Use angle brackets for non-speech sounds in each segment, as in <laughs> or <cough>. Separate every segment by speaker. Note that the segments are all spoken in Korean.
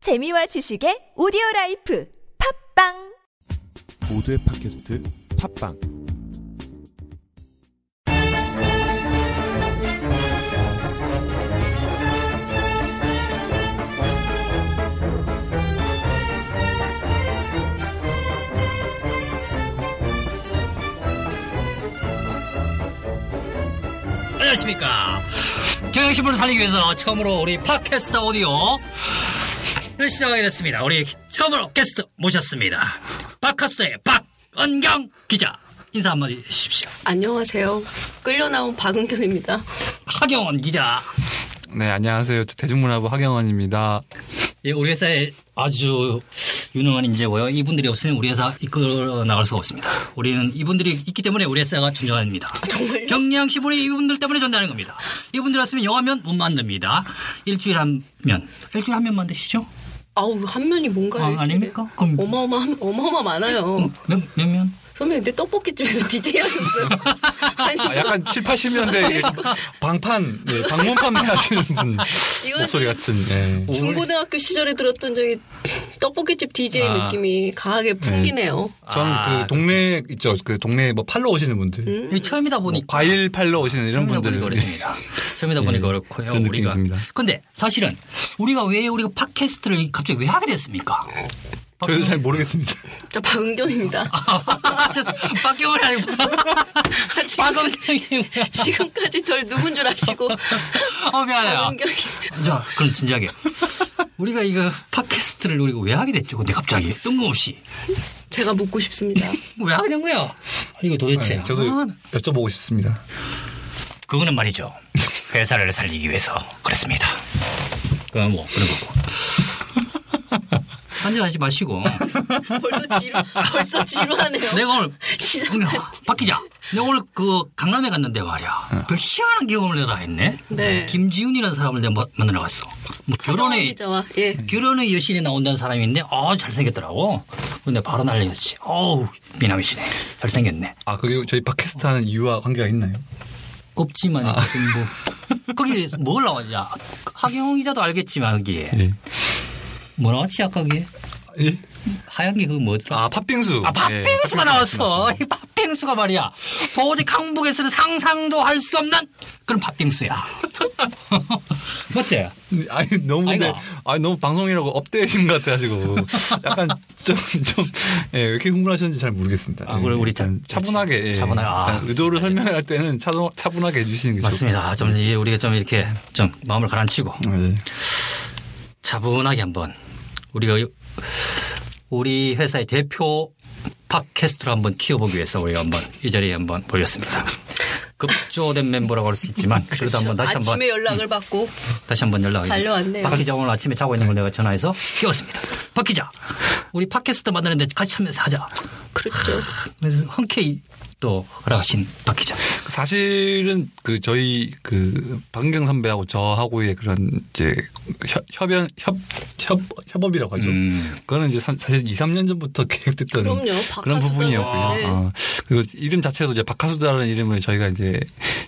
Speaker 1: 재미와 지식의 오디오 라이프 팝빵
Speaker 2: 모두의 팟캐스트 팟빵
Speaker 3: 안녕하십니까. 경영신문을 살리기 위해서 처음으로 우리 팟캐스트 오디오를 시작하게 됐습니다. 우리 처음으로 게스트 모셨습니다. 팟캐스트의 박은경 기자. 인사 한마디 해주십시오.
Speaker 4: 안녕하세요. 끌려 나온 박은경입니다.
Speaker 3: 하경원 기자.
Speaker 5: 네, 안녕하세요. 저 대중문화부 하경원입니다.
Speaker 3: 예, 우리 회사에 아주 유능한 인재고요. 이분들이 없으면 우리 회사 이끌어 나갈 수가 없습니다. 우리는 이분들이 있기 때문에 우리 회사가 존재합니다.
Speaker 4: 아, 정말요?
Speaker 3: 경량신문이 이분들 때문에 존재하는 겁니다. 이분들 없으면 영화면 못 만듭니다. 일주일 한 면. 일주일 한 면 만드시죠?
Speaker 4: 아우 한 면이 뭔가요?
Speaker 3: 아,
Speaker 4: 이렇게.
Speaker 3: 아닙니까? 그럼- 음.
Speaker 4: 어마어마 한 어마어마 많아요.
Speaker 3: 몇, 몇 면?
Speaker 4: 선배 근데 떡볶이집에서
Speaker 3: <laughs>
Speaker 4: <laughs> DJ 하셨어요. 아니,
Speaker 5: 아,
Speaker 4: <laughs>
Speaker 5: 약간 7, 80년대 방판, 네, 방문 판매하시는 분
Speaker 4: 이거는
Speaker 5: 목소리 같은. 예.
Speaker 4: 중고등학교 시절에 들었던 저기 떡볶이집 DJ
Speaker 3: 아.
Speaker 4: 느낌이 강하게 풍기네요.
Speaker 3: 아,
Speaker 5: 전그 동네 있죠. 그 동네 뭐 팔러 오시는 분들,
Speaker 3: 어, 이게 처음이다
Speaker 5: 뭐
Speaker 3: 보니까
Speaker 5: 과일 팔러 오시는 이런
Speaker 3: 처음이다
Speaker 5: 분들.
Speaker 3: 보니까 <laughs> 그렇습니다. 처음이다
Speaker 5: 예.
Speaker 3: 보니까 그렇고요.
Speaker 5: 그런 느낌이
Speaker 3: 우리가
Speaker 5: 듭니다.
Speaker 3: 근데 사실은 우리가 왜 우리가 팟캐스트를 갑자기 왜 하게 <laughs> 됐습니까?
Speaker 5: 네, 저희도 잘 모르겠습니다.
Speaker 4: 저 박은경입니다.
Speaker 3: 아, 죄송해요. 박경원 <laughs> 아니고 박음경이
Speaker 4: 아, <laughs> 지금까지 절 누군
Speaker 3: <laughs>
Speaker 4: 줄 아시고
Speaker 3: 어 미안해요.
Speaker 4: 박은경이
Speaker 3: 자 그럼 진지하게 우리가 이거 팟캐스트를 우리가 왜 하게 됐죠? 근데 갑자기 뜬금없이
Speaker 4: 제가 묻고 싶습니다.
Speaker 3: 왜 하게 된 거야? 이거 도대체
Speaker 5: 네, 저도
Speaker 3: 아,
Speaker 5: 여쭤보고 싶습니다.
Speaker 3: 그거는 말이죠. 회사를 살리기 위해서 그렇습니다. 그건 뭐 그런 거고. 한잔 하지 마시고.
Speaker 4: 벌써 지루 벌써 지루하네요.
Speaker 3: 내가 오늘
Speaker 4: 시작.
Speaker 3: 박 기자. 내가 오늘 그 강남에 갔는데 말이야. 별 희한한 경험을 내가 했네.
Speaker 4: 네.
Speaker 3: 김지훈이라는 사람을 내가 마- 만나러 갔어. 뭐
Speaker 4: 하경원
Speaker 3: 결혼의
Speaker 4: 기자와 예.
Speaker 3: 결혼의 여신이 나온다는 사람인데 아 잘생겼더라고. 근데 바로 난리였지. 어우 미남이시네. 잘생겼네.
Speaker 5: 아, 그게 저희 팟캐스트 하는 이유와 관계가 있나요?
Speaker 3: 없지만 요즘 뭐 아. <laughs> 거기 뭘 나왔냐? 아, 하경 기자도 알겠지만 거기에
Speaker 5: 예.
Speaker 3: 뭐 나왔지 아까 그게
Speaker 5: 예?
Speaker 3: 하얀 게 그거 뭐더라?
Speaker 5: 아, 팥빙수.
Speaker 3: 아,
Speaker 5: 예.
Speaker 3: 팥빙수가 나왔어. 이 팥빙수가 말이야. 도저히 강북에서는 상상도 할 수 없는 그런 <laughs> 팥빙수야. 맞지?
Speaker 5: <laughs> 아니 너무 근데
Speaker 3: 아이고.
Speaker 5: 아니 너무 방송이라고 업대신 것 같아가지고 약간 좀 좀예왜 이렇게 흥분하셨는지 잘 모르겠습니다.
Speaker 3: 아, 그래,
Speaker 5: 예,
Speaker 3: 우리
Speaker 5: 일단
Speaker 3: 참-
Speaker 5: 차분하게 예,
Speaker 3: 차분하게, 아,
Speaker 5: 일단 의도를 설명할 때는 차, 차분하게 해주시는 게
Speaker 3: 맞습니다. 아, 좀 이게 우리가 좀 이렇게 좀 마음을 가라앉히고
Speaker 5: 좋을 것 같아요. 네.
Speaker 3: 차분하게 한번 우리가 우리 회사의 대표 팟캐스트로 한번 키워보기 위해서 우리가 한번 이 자리에 한번 올렸습니다. 급조된 멤버라고 할 수 있지만 그래도 한번 다시 한번 음.
Speaker 4: 그렇죠. 아침에 연락을 받고
Speaker 3: 다시 한번 연락이
Speaker 4: 달려왔네요.
Speaker 3: 박 기자 오늘 아침에 자고 있는 걸 내가 전화해서 깨웠습니다. 박 기자, 우리 팟캐스트 만드는데 같이 하면서 하자.
Speaker 4: 그렇죠.
Speaker 3: 그래서 흔쾌히 또 허락하신 박 기자.
Speaker 5: 사실은 그 저희 그 박은경 선배하고 저하고의 그런 이제 협, 협연 협, 협 협업이라고 하죠.
Speaker 3: 음.
Speaker 5: 그거는 이제 삼- 사실 2, 3년 전부터 <laughs> 계획됐던
Speaker 4: 그럼요.
Speaker 5: 런
Speaker 4: 박하수다.
Speaker 5: 부분이었고요.
Speaker 4: 네.
Speaker 5: 어, 그리고 이름 자체도 이제 박하수다라는 이름을 저희가 이제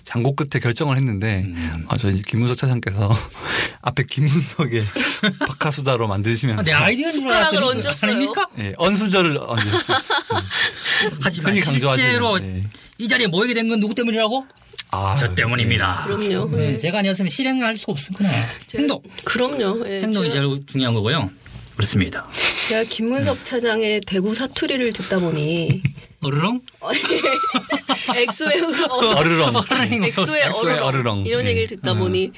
Speaker 5: 장고 끝에 결정을 했는데
Speaker 3: 음.
Speaker 5: 어, 저희 이제 김문석 차장께서 <laughs> 앞에 김문석의 <laughs> 박하수다로 만드시면
Speaker 3: 내 아이디어인 네, 줄
Speaker 4: 숟가락을
Speaker 3: 알았더니
Speaker 4: 얹었어요.
Speaker 3: 아닙니까?
Speaker 5: 예, 언수절을 얹으셨어요.
Speaker 3: 하지만
Speaker 5: 흔히 강조하지는,
Speaker 3: 실제로
Speaker 5: 예.
Speaker 3: 이 자리에 모이게 된 건 누구 때문이라고?
Speaker 5: 아,
Speaker 3: 저 때문입니다.
Speaker 4: 그럼요.
Speaker 3: 네,
Speaker 4: 예.
Speaker 3: 제가 아니었으면 실행할 수가 없을 거나
Speaker 4: 제-
Speaker 3: 행동.
Speaker 4: 그럼요. 예,
Speaker 3: 행동이
Speaker 4: 제가,
Speaker 3: 제일 중요한 거고요. 그렇습니다.
Speaker 4: 제가 김문석 차장의 대구 사투리를
Speaker 3: <laughs>
Speaker 4: 듣다 보니
Speaker 3: 어르렁?
Speaker 4: 엑소의 어르렁,
Speaker 5: 어르렁.
Speaker 4: 엑소의
Speaker 5: 엑소의
Speaker 4: 어르렁,
Speaker 5: 어르렁.
Speaker 4: 이런
Speaker 5: 예.
Speaker 4: 얘기를 듣다
Speaker 5: 음.
Speaker 4: 보니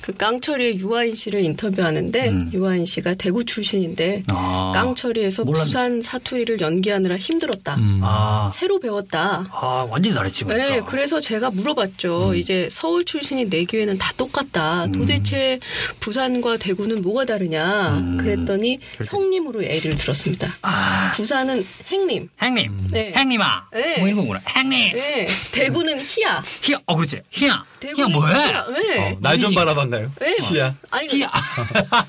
Speaker 4: 그 깡철이의 유아인 씨를 인터뷰하는데 유아인 씨가 대구 출신인데
Speaker 3: 음. 아.
Speaker 4: 깡철이에서
Speaker 3: 몰랐네.
Speaker 4: 부산 사투리를 연기하느라 힘들었다.
Speaker 5: 음.
Speaker 3: 아,
Speaker 4: 새로 배웠다.
Speaker 3: 아, 그러니까. 완전히 다르지. 보니까. 음.
Speaker 4: 네, 그래서 제가 물어봤죠. 이제 서울 출신이 내기에는 다 똑같다. 도대체 부산과 대구는 뭐가 다르냐?
Speaker 3: 음.
Speaker 4: 그랬더니 형님으로 예를 들었습니다.
Speaker 3: 아,
Speaker 4: 부산은 행님.
Speaker 3: 행님.
Speaker 4: 네.
Speaker 3: 행님아.
Speaker 4: 네.
Speaker 3: 뭐 이런 거구나. 행님.
Speaker 4: 예. 대구는 희야.
Speaker 3: 희야. 어, 그렇지. 희야. 희야
Speaker 4: 대구는
Speaker 3: 뭐해?
Speaker 4: 희야. 네. 예.
Speaker 5: 날 좀
Speaker 3: 민식.
Speaker 5: 바라봤나요?
Speaker 4: 예.
Speaker 5: 희야.
Speaker 4: 아니,
Speaker 3: 희야.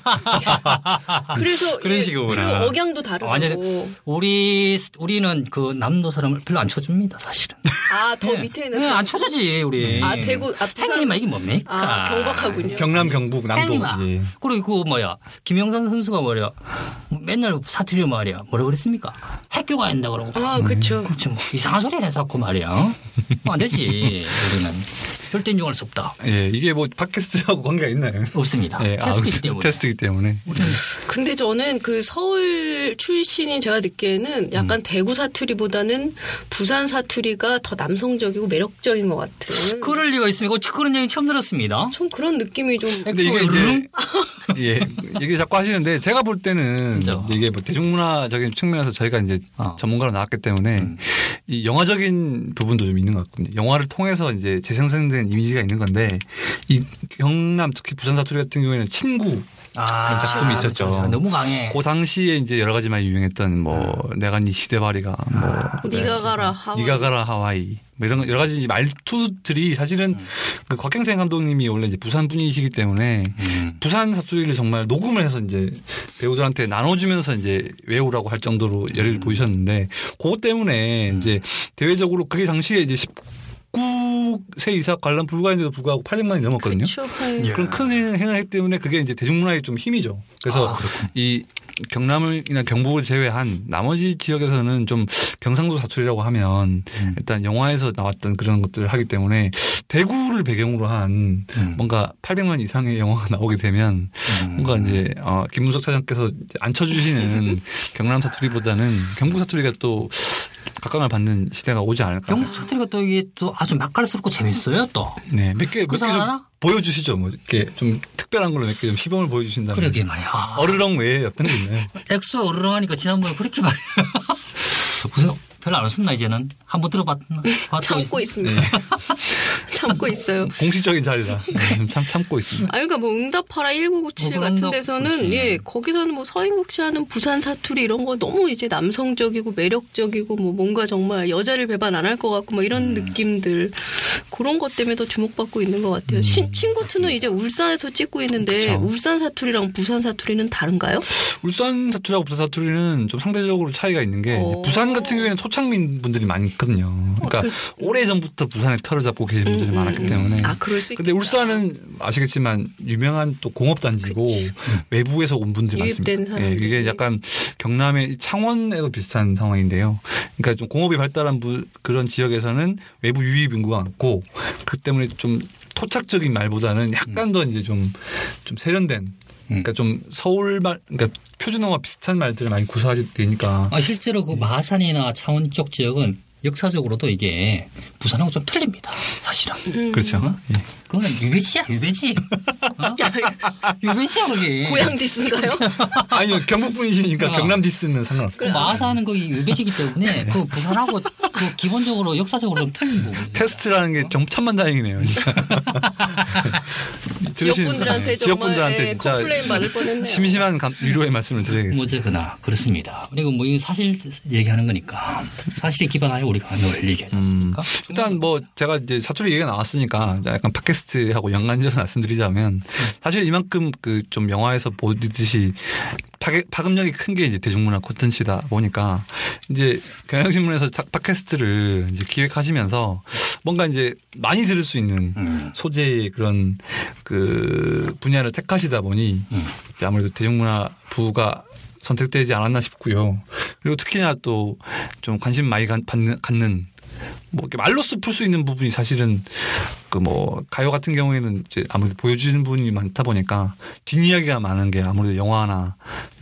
Speaker 3: 아, <laughs>
Speaker 4: 그래서
Speaker 3: 그런
Speaker 4: 이-
Speaker 3: 식이구나.
Speaker 4: 그리고 억양도 다르고.
Speaker 3: 완전- 우리 우리는 그 남도 사람을 별로 안 쳐줍니다, 사실은.
Speaker 4: 아, 더
Speaker 3: 네.
Speaker 4: 밑에는
Speaker 3: 네, 안 쳐주지 우리.
Speaker 4: 아, 대구- 아, 부산-
Speaker 3: 행님아 이게 뭡니까?
Speaker 4: 아, 경박하군요.
Speaker 5: 경남, 경북, 남도.
Speaker 3: 행님아.
Speaker 5: 예.
Speaker 3: 그리고 그 뭐야 김영선 선수가 뭐야 맨날 사투리 말이야 뭐라 그랬습니까? 학교가 된다 그러고.
Speaker 4: 아, 그렇죠.
Speaker 3: 그렇지 뭐 이상한 소리 내서고 말이야. 어? 안 되지 우리는 절대 인정할 수 없다.
Speaker 5: 예, 이게 뭐 팟캐스트하고 관계가 있나요?
Speaker 3: 없습니다.
Speaker 5: 예, 아,
Speaker 3: 테스트이기
Speaker 5: 그-
Speaker 3: 때문에.
Speaker 5: 테스트이기 때문에.
Speaker 4: 근데 저는 그 서울 출신인 제가 듣기에는
Speaker 3: 음.
Speaker 4: 약간 대구 사투리보다는 부산 사투리가 더 남성적이고 매력적인 것 같은.
Speaker 3: 그럴 리가 있습니까? 어떻게 그런 얘기 처음 들었습니다.
Speaker 4: 전 그런 느낌이 좀.
Speaker 3: 네.
Speaker 5: 근데 이게 이제 <laughs> 예 얘기 자꾸 하시는데 제가 볼 때는
Speaker 3: 그죠.
Speaker 5: 이게 뭐 대중문화적인 측면에서 저희가 이제
Speaker 3: 어. 음.
Speaker 5: 전문가로 나왔기 때문에 이 영화적인 부분도 좀 있는 것 같거든요. 영화를 통해서 이제 재생산된 이미지가 있는 건데 이 경남 특히 부산 사투리 같은 경우에는 친구
Speaker 3: 아,
Speaker 5: 그런 작품이 있었죠.
Speaker 3: 그렇죠. 너무 강해.
Speaker 5: 그 당시에 이제 여러 가지 많이 유행했던 뭐
Speaker 3: 음.
Speaker 5: 내가 네 시대바리가 뭐
Speaker 4: 네가 가라
Speaker 3: 아,
Speaker 4: 하와.
Speaker 5: 네가 가라 하와이 뭐 이런 거 여러 가지 말투들이 사실은
Speaker 3: 음.
Speaker 5: 그 곽경태 감독님이 원래 이제 부산 분이시기 때문에
Speaker 3: 음.
Speaker 5: 부산 사투리를 정말 녹음을 해서 이제 배우들한테 나눠주면서 이제 외우라고 할 정도로 열의를 보이셨는데 그것 때문에 이제 대외적으로 그게 당시에 이제 19세 이상 관람 불가인데도 불구하고 800만이 넘었거든요.
Speaker 4: 그렇죠. 예.
Speaker 5: 그런 큰 행을 했기 때문에 그게 이제 대중문화의 좀 힘이죠. 그래서
Speaker 3: 아, 그렇군요.
Speaker 5: 이 경남이나 경북을 제외한 나머지 지역에서는 좀 경상도 사투리라고 하면
Speaker 3: 음.
Speaker 5: 일단 영화에서 나왔던 그런 것들을 하기 때문에 대구를 배경으로 한
Speaker 3: 음.
Speaker 5: 뭔가 800만 이상의 영화가 나오게 되면
Speaker 3: 음.
Speaker 5: 뭔가 이제 어, 김문석 차장께서 이제 안
Speaker 3: <laughs>
Speaker 5: 쳐주시는 경남 사투리보다는 경북 사투리가 또 각광을 받는 시대가 오지 않을까.
Speaker 3: 영국 사투리가 또 이게 또 아주 맛깔스럽고 재밌어요 또.
Speaker 5: 네, 몇 개,
Speaker 3: 그
Speaker 5: 몇 개 좀
Speaker 3: 사람 하나?
Speaker 5: 보여주시죠. 뭐, 이렇게 좀 특별한 걸로 몇 개 좀 시범을 보여주신다면.
Speaker 3: 그러게 말이야.
Speaker 5: 어르렁 외에 어떤 게 있나요?
Speaker 3: 엑소 어르렁하니까 지난번에 그렇게 말이야. <laughs> 무슨 별로 안 웃었나 이제는 한 번 들어봤나.
Speaker 5: 네,
Speaker 3: 봤다고
Speaker 4: 참고 있습니다.
Speaker 3: 네.
Speaker 4: <laughs> 참고 있어요.
Speaker 5: <laughs> 공식적인 자리라. 네, 참, 참고 있습니다.
Speaker 4: 아, 그러니까 뭐 응답하라 1997
Speaker 3: 뭐 그런
Speaker 4: 같은
Speaker 3: 거
Speaker 4: 데서는
Speaker 3: 그렇지.
Speaker 4: 예 거기서는 뭐 서인국 씨 하는 부산 사투리 이런 거 너무 이제 남성적이고 매력적이고 뭐 뭔가 정말 여자를 배반 안 할 것 같고 뭐 이런
Speaker 5: 음.
Speaker 4: 느낌들 그런 것 때문에 더 주목받고 있는 것 같아요. 신- 친구 투는 이제 울산에서 찍고 있는데
Speaker 5: 음, 그쵸.
Speaker 4: 울산 사투리랑 부산 사투리는 다른가요?
Speaker 5: 울산 사투리하고 부산 사투리는 좀 상대적으로 차이가 있는 게
Speaker 4: 오.
Speaker 5: 부산 같은 경우에는 소창민 분들이 많거든요. 그러니까 오래 전부터 부산에 터를 잡고 계신 분들이
Speaker 4: 어, 음,
Speaker 5: 많았기
Speaker 4: 음, 음.
Speaker 5: 때문에.
Speaker 4: 아 그럴 수
Speaker 5: 근데
Speaker 4: 있겠다. <laughs>
Speaker 5: 울산은 아시겠지만 유명한 또 공업단지고 음,
Speaker 4: 그치.
Speaker 5: 외부에서 온 분들이
Speaker 4: 유입된
Speaker 5: 많습니다. 예,
Speaker 4: 사람들이.
Speaker 5: 이게 약간 경남의 이 창원에도 비슷한 상황인데요. 그러니까 좀 공업이 발달한 부- 그런 지역에서는 외부 유입 인구가 많고 그 때문에 좀 토착적인 말보다는
Speaker 4: 음.
Speaker 5: 약간 더 이제 좀 좀 세련된 그러니까 좀 서울 말 그러니까 표준어와 비슷한 말들을 많이 구사하게 되니까
Speaker 3: 아 실제로 그 마산이나 창원 쪽 지역은 역사적으로도 이게 부산하고 좀 틀립니다. 사실은.
Speaker 4: 음.
Speaker 5: 그렇죠.
Speaker 4: <laughs>
Speaker 5: 예.
Speaker 3: 그거는 유배지야
Speaker 5: <laughs>
Speaker 3: 유배지. 어? 유배지야 그게.
Speaker 4: 고향 디스인가요?
Speaker 5: 아니요 경북 분이시니까
Speaker 3: 아.
Speaker 5: 경남 디스는 상관없어요.
Speaker 3: 그 마산은 거기 유배지기
Speaker 5: 네.
Speaker 3: 때문에 그 부산하고 그 기본적으로 역사적으로 좀 틀린 부분.
Speaker 5: 테스트라는 게 좀 천만다행이네요. <laughs> 진짜. <laughs> 들으시는-
Speaker 4: 지역분들한테
Speaker 5: 네,
Speaker 4: 정말
Speaker 5: 지역분들한테
Speaker 4: 예,
Speaker 5: 진짜
Speaker 4: 컴플레인 받을 뻔했네요.
Speaker 5: 심심한 감- 위로의 말씀을 드려야겠습니다.
Speaker 3: 뭐제거나 그렇습니다. 그리고 뭐 이거 사실 얘기하는 거니까 사실에 기반하여 우리가 늘 얘기하지 않습니까?
Speaker 5: 일단 뭐 제가 이제 사투리 얘기가 나왔으니까 약간 팟캐스트하고 연관지어서 말씀드리자면 사실 이만큼 그 좀 영화에서 보듯이 파괴- 파급력이 큰 게 이제 대중문화 콘텐츠다 보니까 이제 경향신문에서 탁- 팟캐스트를 이제 기획하시면서 뭔가 이제 많이 들을 수 있는
Speaker 3: 음.
Speaker 5: 소재의 그런 그 분야를 택하시다 보니
Speaker 3: 음.
Speaker 5: 아무래도 대중문화 부가 선택되지 않았나 싶고요. 그리고 특히나 또 좀 관심 많이 간- 받는, 갖는 뭐 이렇게 말로써 풀 수 있는 부분이 사실은 그 뭐 가요 같은 경우에는 이제 아무래도 보여주는 부분이 많다 보니까 뒷이야기가 많은 게 아무래도 영화나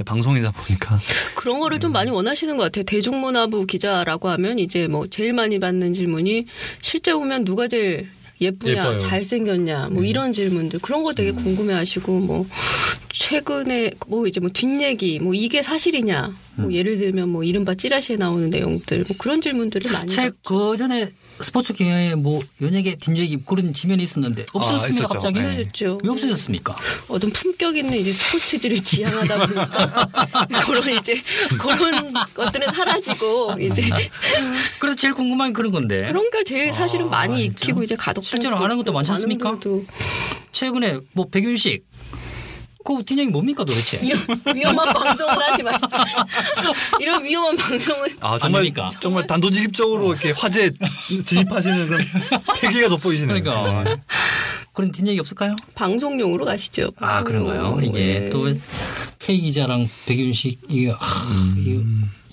Speaker 5: 방송이다 보니까
Speaker 4: 그런 거를 좀 많이 원하시는 것 같아요. 대중문화부 기자라고 하면 이제 뭐 제일 많이 받는 질문이 실제 보면 누가 제일 예쁘냐,
Speaker 5: 예뻐요. 음.
Speaker 4: 잘생겼냐, 뭐 이런 질문들 그런 거 되게 궁금해하시고 뭐 최근에 뭐 이제 뭐 뒷얘기 뭐 이게
Speaker 5: 음.
Speaker 4: 사실이냐, 뭐 예를 들면 뭐 이른바 찌라시에 나오는 내용들 뭐 그런 질문들을 많이
Speaker 3: 책, 그 전에 스포츠 계에 뭐 연예계 뒷얘기 그런 지면이 있었는데 없어졌습니다
Speaker 5: 있었죠.
Speaker 3: 갑자기
Speaker 5: 네.
Speaker 4: 없어졌죠.
Speaker 3: 왜
Speaker 5: <laughs>
Speaker 3: 없어졌습니까?
Speaker 4: 어떤 품격 있는 이제 스포츠들을 지향하다
Speaker 5: <laughs>
Speaker 4: 보니까 그런 이제 그런 것들은 사라지고 이제
Speaker 5: 음.
Speaker 3: 그래서 제일 궁금한 게 그런 건데
Speaker 4: 그런 걸 제일 사실은
Speaker 3: 아,
Speaker 4: 많이
Speaker 3: 진짜?
Speaker 4: 익히고 이제 가독
Speaker 3: 실제로 아는 것도 많지 않습니까? 최근에 뭐 백윤식 그 뒷얘기 뭡니까 도대체?
Speaker 4: 이런 위험한 방송은 하지 마시죠. <laughs> 이런 위험한 방송은
Speaker 5: 아, 정말,
Speaker 3: 아닙니까?
Speaker 5: 정말 단도직입적으로 이렇게 화제
Speaker 3: <laughs>
Speaker 5: 진입하시는 그런 패기가 돋보이시네요.
Speaker 3: 그러니까.
Speaker 5: 네.
Speaker 3: 그런 뒷얘기 없을까요?
Speaker 4: 방송용으로 가시죠.
Speaker 3: 아 그런가요?
Speaker 4: 방송용으로.
Speaker 3: 이게
Speaker 4: 예.
Speaker 3: 또 K 기자랑 백윤식 이게 하, 이거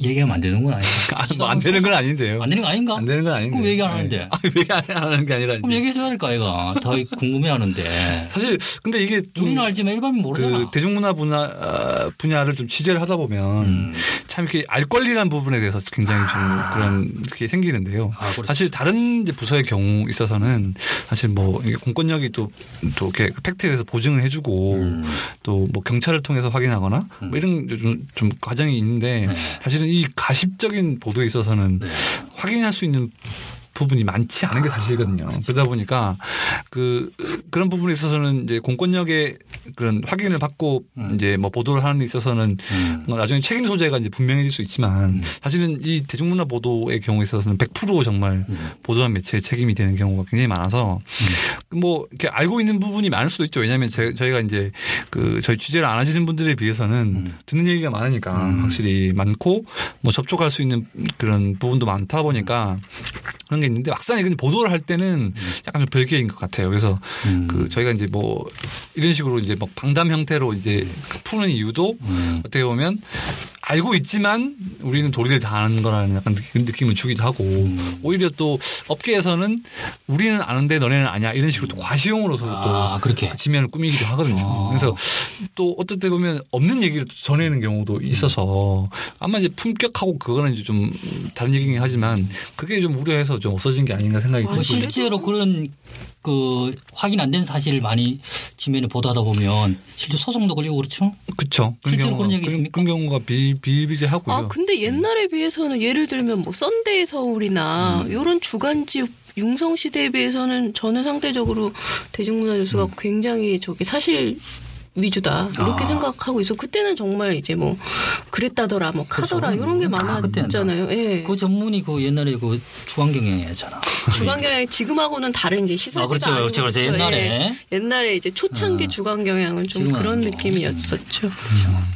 Speaker 3: 얘기하면 안 되는 건 아닌가?
Speaker 5: 음. <laughs> 아, 뭐안 되는 건 아닌데요.
Speaker 3: 안 되는 거 아닌가?
Speaker 5: 안 되는 건 아닌데.
Speaker 3: 그럼 얘기 안 하는데?
Speaker 5: 아, 네. 왜안 하는 게 아니라.
Speaker 3: 그럼
Speaker 5: 이제.
Speaker 3: 얘기해줘야 될까 얘가 더 궁금해하는데
Speaker 5: 사실, 근데 이게 좀.
Speaker 3: 우리는 알지만 일반인 모르잖아.
Speaker 5: 음. 그 대중문화 분야 아, 분야를 좀 취재를 하다 보면
Speaker 3: 음.
Speaker 5: 참 이렇게 알 권리라는 부분에 대해서 굉장히 좀 그런 게 생기는데요.
Speaker 3: 아, 그렇죠.
Speaker 5: 사실 다른 이제 부서의 경우 있어서는 사실 뭐 이게 공권력이 또 또 이렇게 그 팩트에서 보증을 해주고
Speaker 3: 음.
Speaker 5: 또 뭐 경찰을 통해서 확인하거나 뭐 이런 좀, 좀 과정이 있는데
Speaker 3: 네.
Speaker 5: 사실은 이 가십적인 보도에 있어서는
Speaker 3: 네. 아.
Speaker 5: 확인할 수 있는 부분이 많지 않은 게 사실이거든요. 그러다 보니까 그 그런 부분에 있어서는 이제 공권력의 그런 확인을 받고
Speaker 3: 음.
Speaker 5: 이제 뭐 보도를 하는 데 있어서는
Speaker 3: 음.
Speaker 5: 뭐 나중에 책임 소재가 이제 분명해질 수 있지만
Speaker 3: 음.
Speaker 5: 사실은 이 대중문화 보도의 경우에 있어서는 100% 정말
Speaker 3: 음.
Speaker 5: 보도한 매체의 책임이 되는 경우가 굉장히 많아서
Speaker 3: 음.
Speaker 5: 뭐 이렇게 알고 있는 부분이 많을 수도 있죠. 왜냐하면 제- 저희가 이제 그 저희 취재를 안 하시는 분들에 비해서는
Speaker 3: 음.
Speaker 5: 듣는 얘기가 많으니까
Speaker 3: 음.
Speaker 5: 확실히 많고 뭐 접촉할 수 있는 그런 부분도 많다 보니까
Speaker 3: 음.
Speaker 5: 그런 게 있는데 막상 이건 보도를 할 때는 약간 좀 별개인 것 같아요. 그래서
Speaker 3: 음.
Speaker 5: 그 저희가 이제 뭐 이런 식으로 이제 막 방담 형태로 이제 푸는 이유도
Speaker 3: 음.
Speaker 5: 어떻게 보면 알고 있지만 우리는 도리를 다하는 거라는 약간 느- 느낌을 주기도 하고
Speaker 3: 음.
Speaker 5: 오히려 또 업계에서는 우리는 아는데 너네는 아니야 이런 식으로 또 과시용으로서
Speaker 3: 아 그렇게
Speaker 5: 또 지면을 꾸미기도 하거든요.
Speaker 3: 아.
Speaker 5: 그래서 또 어떨 때 보면 없는 얘기를 또 전해는
Speaker 3: 음.
Speaker 5: 경우도 있어서 아마 이제 품격하고 그거는 이제 좀 다른 얘기긴 하지만 그게 좀 우려해서 좀 없어진 게 아닌가 생각이
Speaker 3: 뭐
Speaker 5: 들고
Speaker 3: 실제로 그런 그 확인 안 된 사실을 많이 지면에 보도하다 보면 실제 소송도 걸리고 그렇죠?
Speaker 5: 그쵸.
Speaker 3: 실제로 그런 얘기
Speaker 5: 그런-
Speaker 3: 있습니까? 그
Speaker 5: 그런 경우가 비, 비일비재하고요.
Speaker 4: 아 근데 옛날에
Speaker 3: 음.
Speaker 4: 비해서는 예를 들면 뭐 썬데이 서울이나 이런 주간지 융성 시대에 비해서는 저는 상대적으로 대중문화 뉴스가 굉장히 저기 사실 위주다 이렇게
Speaker 3: 음. 아.
Speaker 4: 생각하고 있어. 그때는 정말 이제 뭐 그랬다더라, 뭐 카더라
Speaker 3: 그렇죠.
Speaker 4: 이런 게
Speaker 3: 다
Speaker 4: 많았잖아요. 예.
Speaker 3: 그 전문이 그 옛날에 그 주간경영이잖아.
Speaker 4: 주간경향이 지금하고는 다른 이제 시사지가
Speaker 3: 아, 그렇죠.
Speaker 4: 아니고
Speaker 3: 그렇죠. 그렇죠. 옛날에. 아.
Speaker 4: 예. 옛날에 이제 초창기 주간경향은 좀
Speaker 3: 지금은 뭐.
Speaker 4: 그런
Speaker 3: 아니고.
Speaker 4: 느낌이었었죠.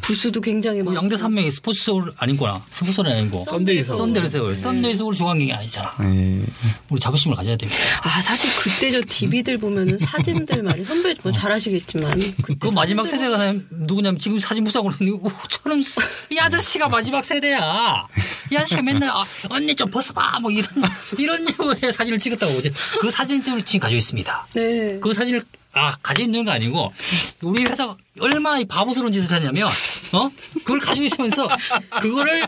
Speaker 4: 부수도 굉장히
Speaker 3: 그
Speaker 4: 많고
Speaker 3: 양대 산맥이 스포츠 서울 아닌거나 스포츠 서울 아니고
Speaker 5: 썬데이 서울.
Speaker 3: 썬데이 서울. 예. 썬데이 서울 주간경영 아니잖아.
Speaker 5: 예.
Speaker 3: 우리 자부심을 가져야 됩니다.
Speaker 4: 아 사실 그때 저 DB들 보면은 사진들 말이 선배 뭐 잘하시겠지만
Speaker 3: 그 마지막 세대가 누구냐면 지금 사진 부상으로 <laughs> 저는 이 아저씨가 마지막 세대야. 이 아저씨가 맨날 아, 언니 좀 벗어봐 뭐 이런 이런 류의 사진을 찍었다고 이제 그 사진집을 지금 가지고 있습니다.
Speaker 4: 네.
Speaker 3: 그 사진을 아 가지고 있는 거 아니고 우리 회사가 얼마나 이 바보스러운 짓을 하냐면 어 그걸 가지고 있으면서 그거를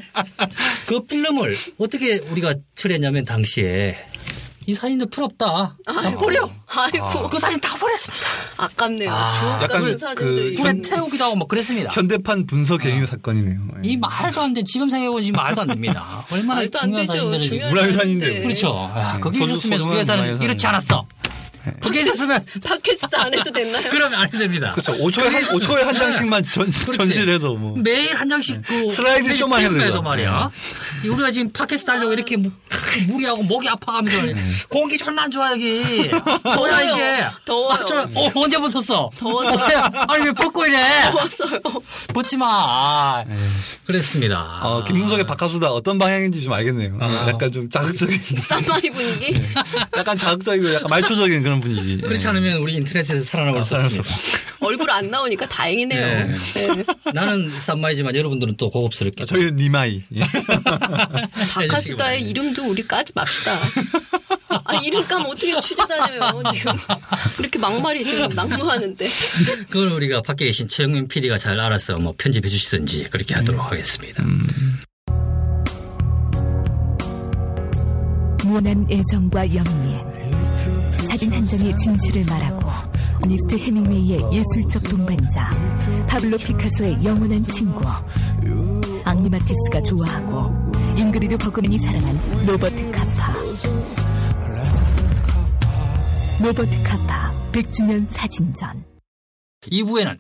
Speaker 3: 그 필름을 어떻게 우리가 처리했냐면 당시에 이 사진도 풀었다 다 버려
Speaker 4: 아이고
Speaker 3: 그 사진 다 버렸습니다
Speaker 4: 아깝네요.
Speaker 3: 아,
Speaker 4: 주옥
Speaker 5: 약간
Speaker 4: 같은
Speaker 5: 그
Speaker 4: 사진들.
Speaker 3: 불에 태우기도 하고 막 그랬습니다
Speaker 5: 현대판 분석 행위 사건이네요. 예.
Speaker 3: 이 말도 안 돼. 지금 생각해보면 지금 말도 안 됩니다. 얼마나
Speaker 4: 말도 안
Speaker 3: 중요한
Speaker 4: 되죠.
Speaker 3: 사진들이 지금.
Speaker 4: 중요한
Speaker 5: 문화유산인데요.
Speaker 4: 사진들.
Speaker 3: 그렇죠. 아,
Speaker 5: 네.
Speaker 3: 거기
Speaker 5: 소중-
Speaker 3: 있었으면 우리
Speaker 5: 소중한 네.
Speaker 3: 회사는
Speaker 5: 문화유산이에요.
Speaker 3: 이렇게 않았어. 거기 있었으면
Speaker 4: 팟캐스트 안 해도 됐나요? <laughs>
Speaker 3: 그러면 안 됩니다.
Speaker 5: 그렇죠. 5초에 한, 5초에 한 장씩만 전,
Speaker 3: 그러니까 네. 그렇지. 네.
Speaker 5: 전시해도 뭐.
Speaker 3: 매일 한 장씩 그
Speaker 5: 슬라이드
Speaker 3: 홈페이지
Speaker 5: 쇼만 해도 네.
Speaker 3: 띄우고
Speaker 5: 되죠.
Speaker 3: 말이야. 이 우리가 지금 팟캐스트 하려고 이렇게 무- 무리하고 목이 아파가면서
Speaker 5: 네.
Speaker 3: 공기 존나 안 좋아 여기. 뭐야
Speaker 4: 더워요.
Speaker 3: 이게.
Speaker 4: 더워요.
Speaker 3: 막 졸아. 어, 언제 벗었어?
Speaker 4: 더워서.
Speaker 3: 어때? 아니 왜 벗고 이래?
Speaker 4: 왔어요.
Speaker 3: 벗지 마. 아,
Speaker 5: 네.
Speaker 3: 그랬습니다.
Speaker 5: 어, 김문석의 박하수다 어떤 방향인지 좀 알겠네요. 예,
Speaker 3: 아.
Speaker 5: 약간 좀 자극적인,
Speaker 4: 쌈마이 분위기.
Speaker 3: 네.
Speaker 5: 약간 자극적이고 약간 말초적인 그런 분위기. 예.
Speaker 3: 그렇지 않으면 우리 인터넷에서 살아남을 수
Speaker 5: 음. 살아남을 수
Speaker 3: 없습니다.
Speaker 4: 얼굴 안 나오니까 다행이네요.
Speaker 3: 네.
Speaker 4: 네.
Speaker 3: 나는 쌈마이지만 여러분들은 또 고급스럽게.
Speaker 5: 예. 저희는 니마이. 예.
Speaker 4: 박하수다의 이름도 우리 까지 맙시다. 아, 이름 까면 어떻게 취재 다녀요, 지금. 이렇게 막말이 지금 낙무하는데.
Speaker 3: 그걸 우리가 밖에 계신 최영민 PD가 잘 알아서 뭐 편집해 주시든지 그렇게
Speaker 5: 음.
Speaker 3: 하도록 하겠습니다.
Speaker 6: 무한한 애정과 영리엔 사진 한 장의 진실을 말하고 어니스트 헤밍웨이의 예술적 동반자 파블로 피카소의 영원한 친구 앙리 마티스가 좋아하고 잉그리드 버그맨이 사랑한 로버트 카파 로버트 카파 100주년 사진전
Speaker 3: 2부에는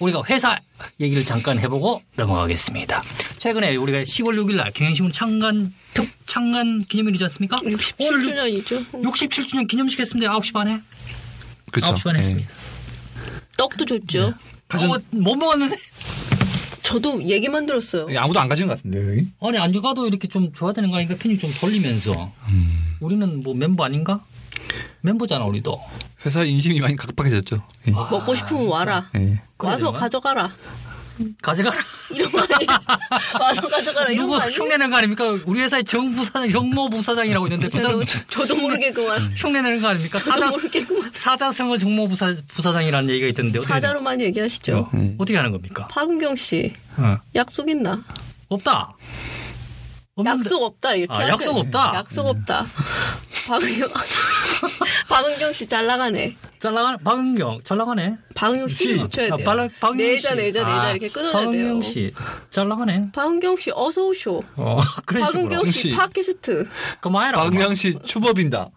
Speaker 3: 우리가 회사 얘기를 잠깐 해보고 넘어가겠습니다. 최근에 우리가 10월 6일 날 경향신문 창간 특 창간 기념일이지 않습니까? 오늘
Speaker 4: 67주년이죠.
Speaker 3: 67주년 기념식 했습니다. 9시 반에.
Speaker 5: 그렇죠.
Speaker 3: 9시 반에 했습니다.
Speaker 4: 떡도 줬죠.
Speaker 3: 어, 못 먹었는데.
Speaker 4: 저도 얘기만 들었어요.
Speaker 5: 예. 아무도 안 가진 것 같은데요, 여기?
Speaker 3: 아니 안 가도 이렇게 좀 줘야 되는 거 아닌가? 편이 좀 돌리면서.
Speaker 5: 음.
Speaker 3: 우리는 뭐 멤버 아닌가? 멤버잖아 우리도.
Speaker 5: 회사 인심이 많이 각박해졌죠. 예.
Speaker 3: 와,
Speaker 4: 먹고 싶으면 와라.
Speaker 5: 예.
Speaker 3: 아, 네. 그래야
Speaker 4: 와서
Speaker 3: 되나?
Speaker 4: 가져가라.
Speaker 3: 가져가라.
Speaker 4: 이런 거
Speaker 3: <laughs>
Speaker 4: 아니에요? 와서 가져가라. 이런
Speaker 3: 누구
Speaker 4: 거 아니에요?
Speaker 3: 흉내내는 거 아닙니까? 우리 회사의 정부사 정모 부사장이라고 있는데 그 사람
Speaker 4: 저도,
Speaker 3: <laughs>
Speaker 4: 저도 모르게 그만.
Speaker 3: 흉내내는 거 아닙니까?
Speaker 4: 저도
Speaker 3: 사자
Speaker 4: 모르게 그만.
Speaker 3: 사자성어 정모 부사 부사장이라는 얘기가 있던데 어떻게
Speaker 4: 사자로만 얘기하시죠.
Speaker 3: 되는-
Speaker 5: 네.
Speaker 3: 어떻게 하는 겁니까?
Speaker 4: 파근경 씨
Speaker 3: 어.
Speaker 4: 약속 있나?
Speaker 3: 없다. 없는데-
Speaker 4: 약속 없다 이렇게
Speaker 3: 아,
Speaker 4: 하세요. 음.
Speaker 3: 약속 없다? 음.
Speaker 4: 약속 없다. 박은경 <laughs> 박은경 씨 잘 나가네.
Speaker 3: 잘 나가 박은경 잘 나가네.
Speaker 4: 박은경 씨 붙여야
Speaker 3: 아,
Speaker 4: 돼요.
Speaker 3: 발- 박은경
Speaker 4: 내자
Speaker 3: 씨.
Speaker 4: 내자 내자
Speaker 3: 아,
Speaker 4: 이렇게 끊어야 돼요.
Speaker 3: 박은경 씨잘 나가네.
Speaker 4: 박은경 씨 어서 오쇼.
Speaker 3: 어 <laughs> 그런 식으로.
Speaker 4: 박은경 씨
Speaker 5: 씨.
Speaker 4: 팟캐스트.
Speaker 3: 그만해라.
Speaker 5: 박은영 씨 추법인다.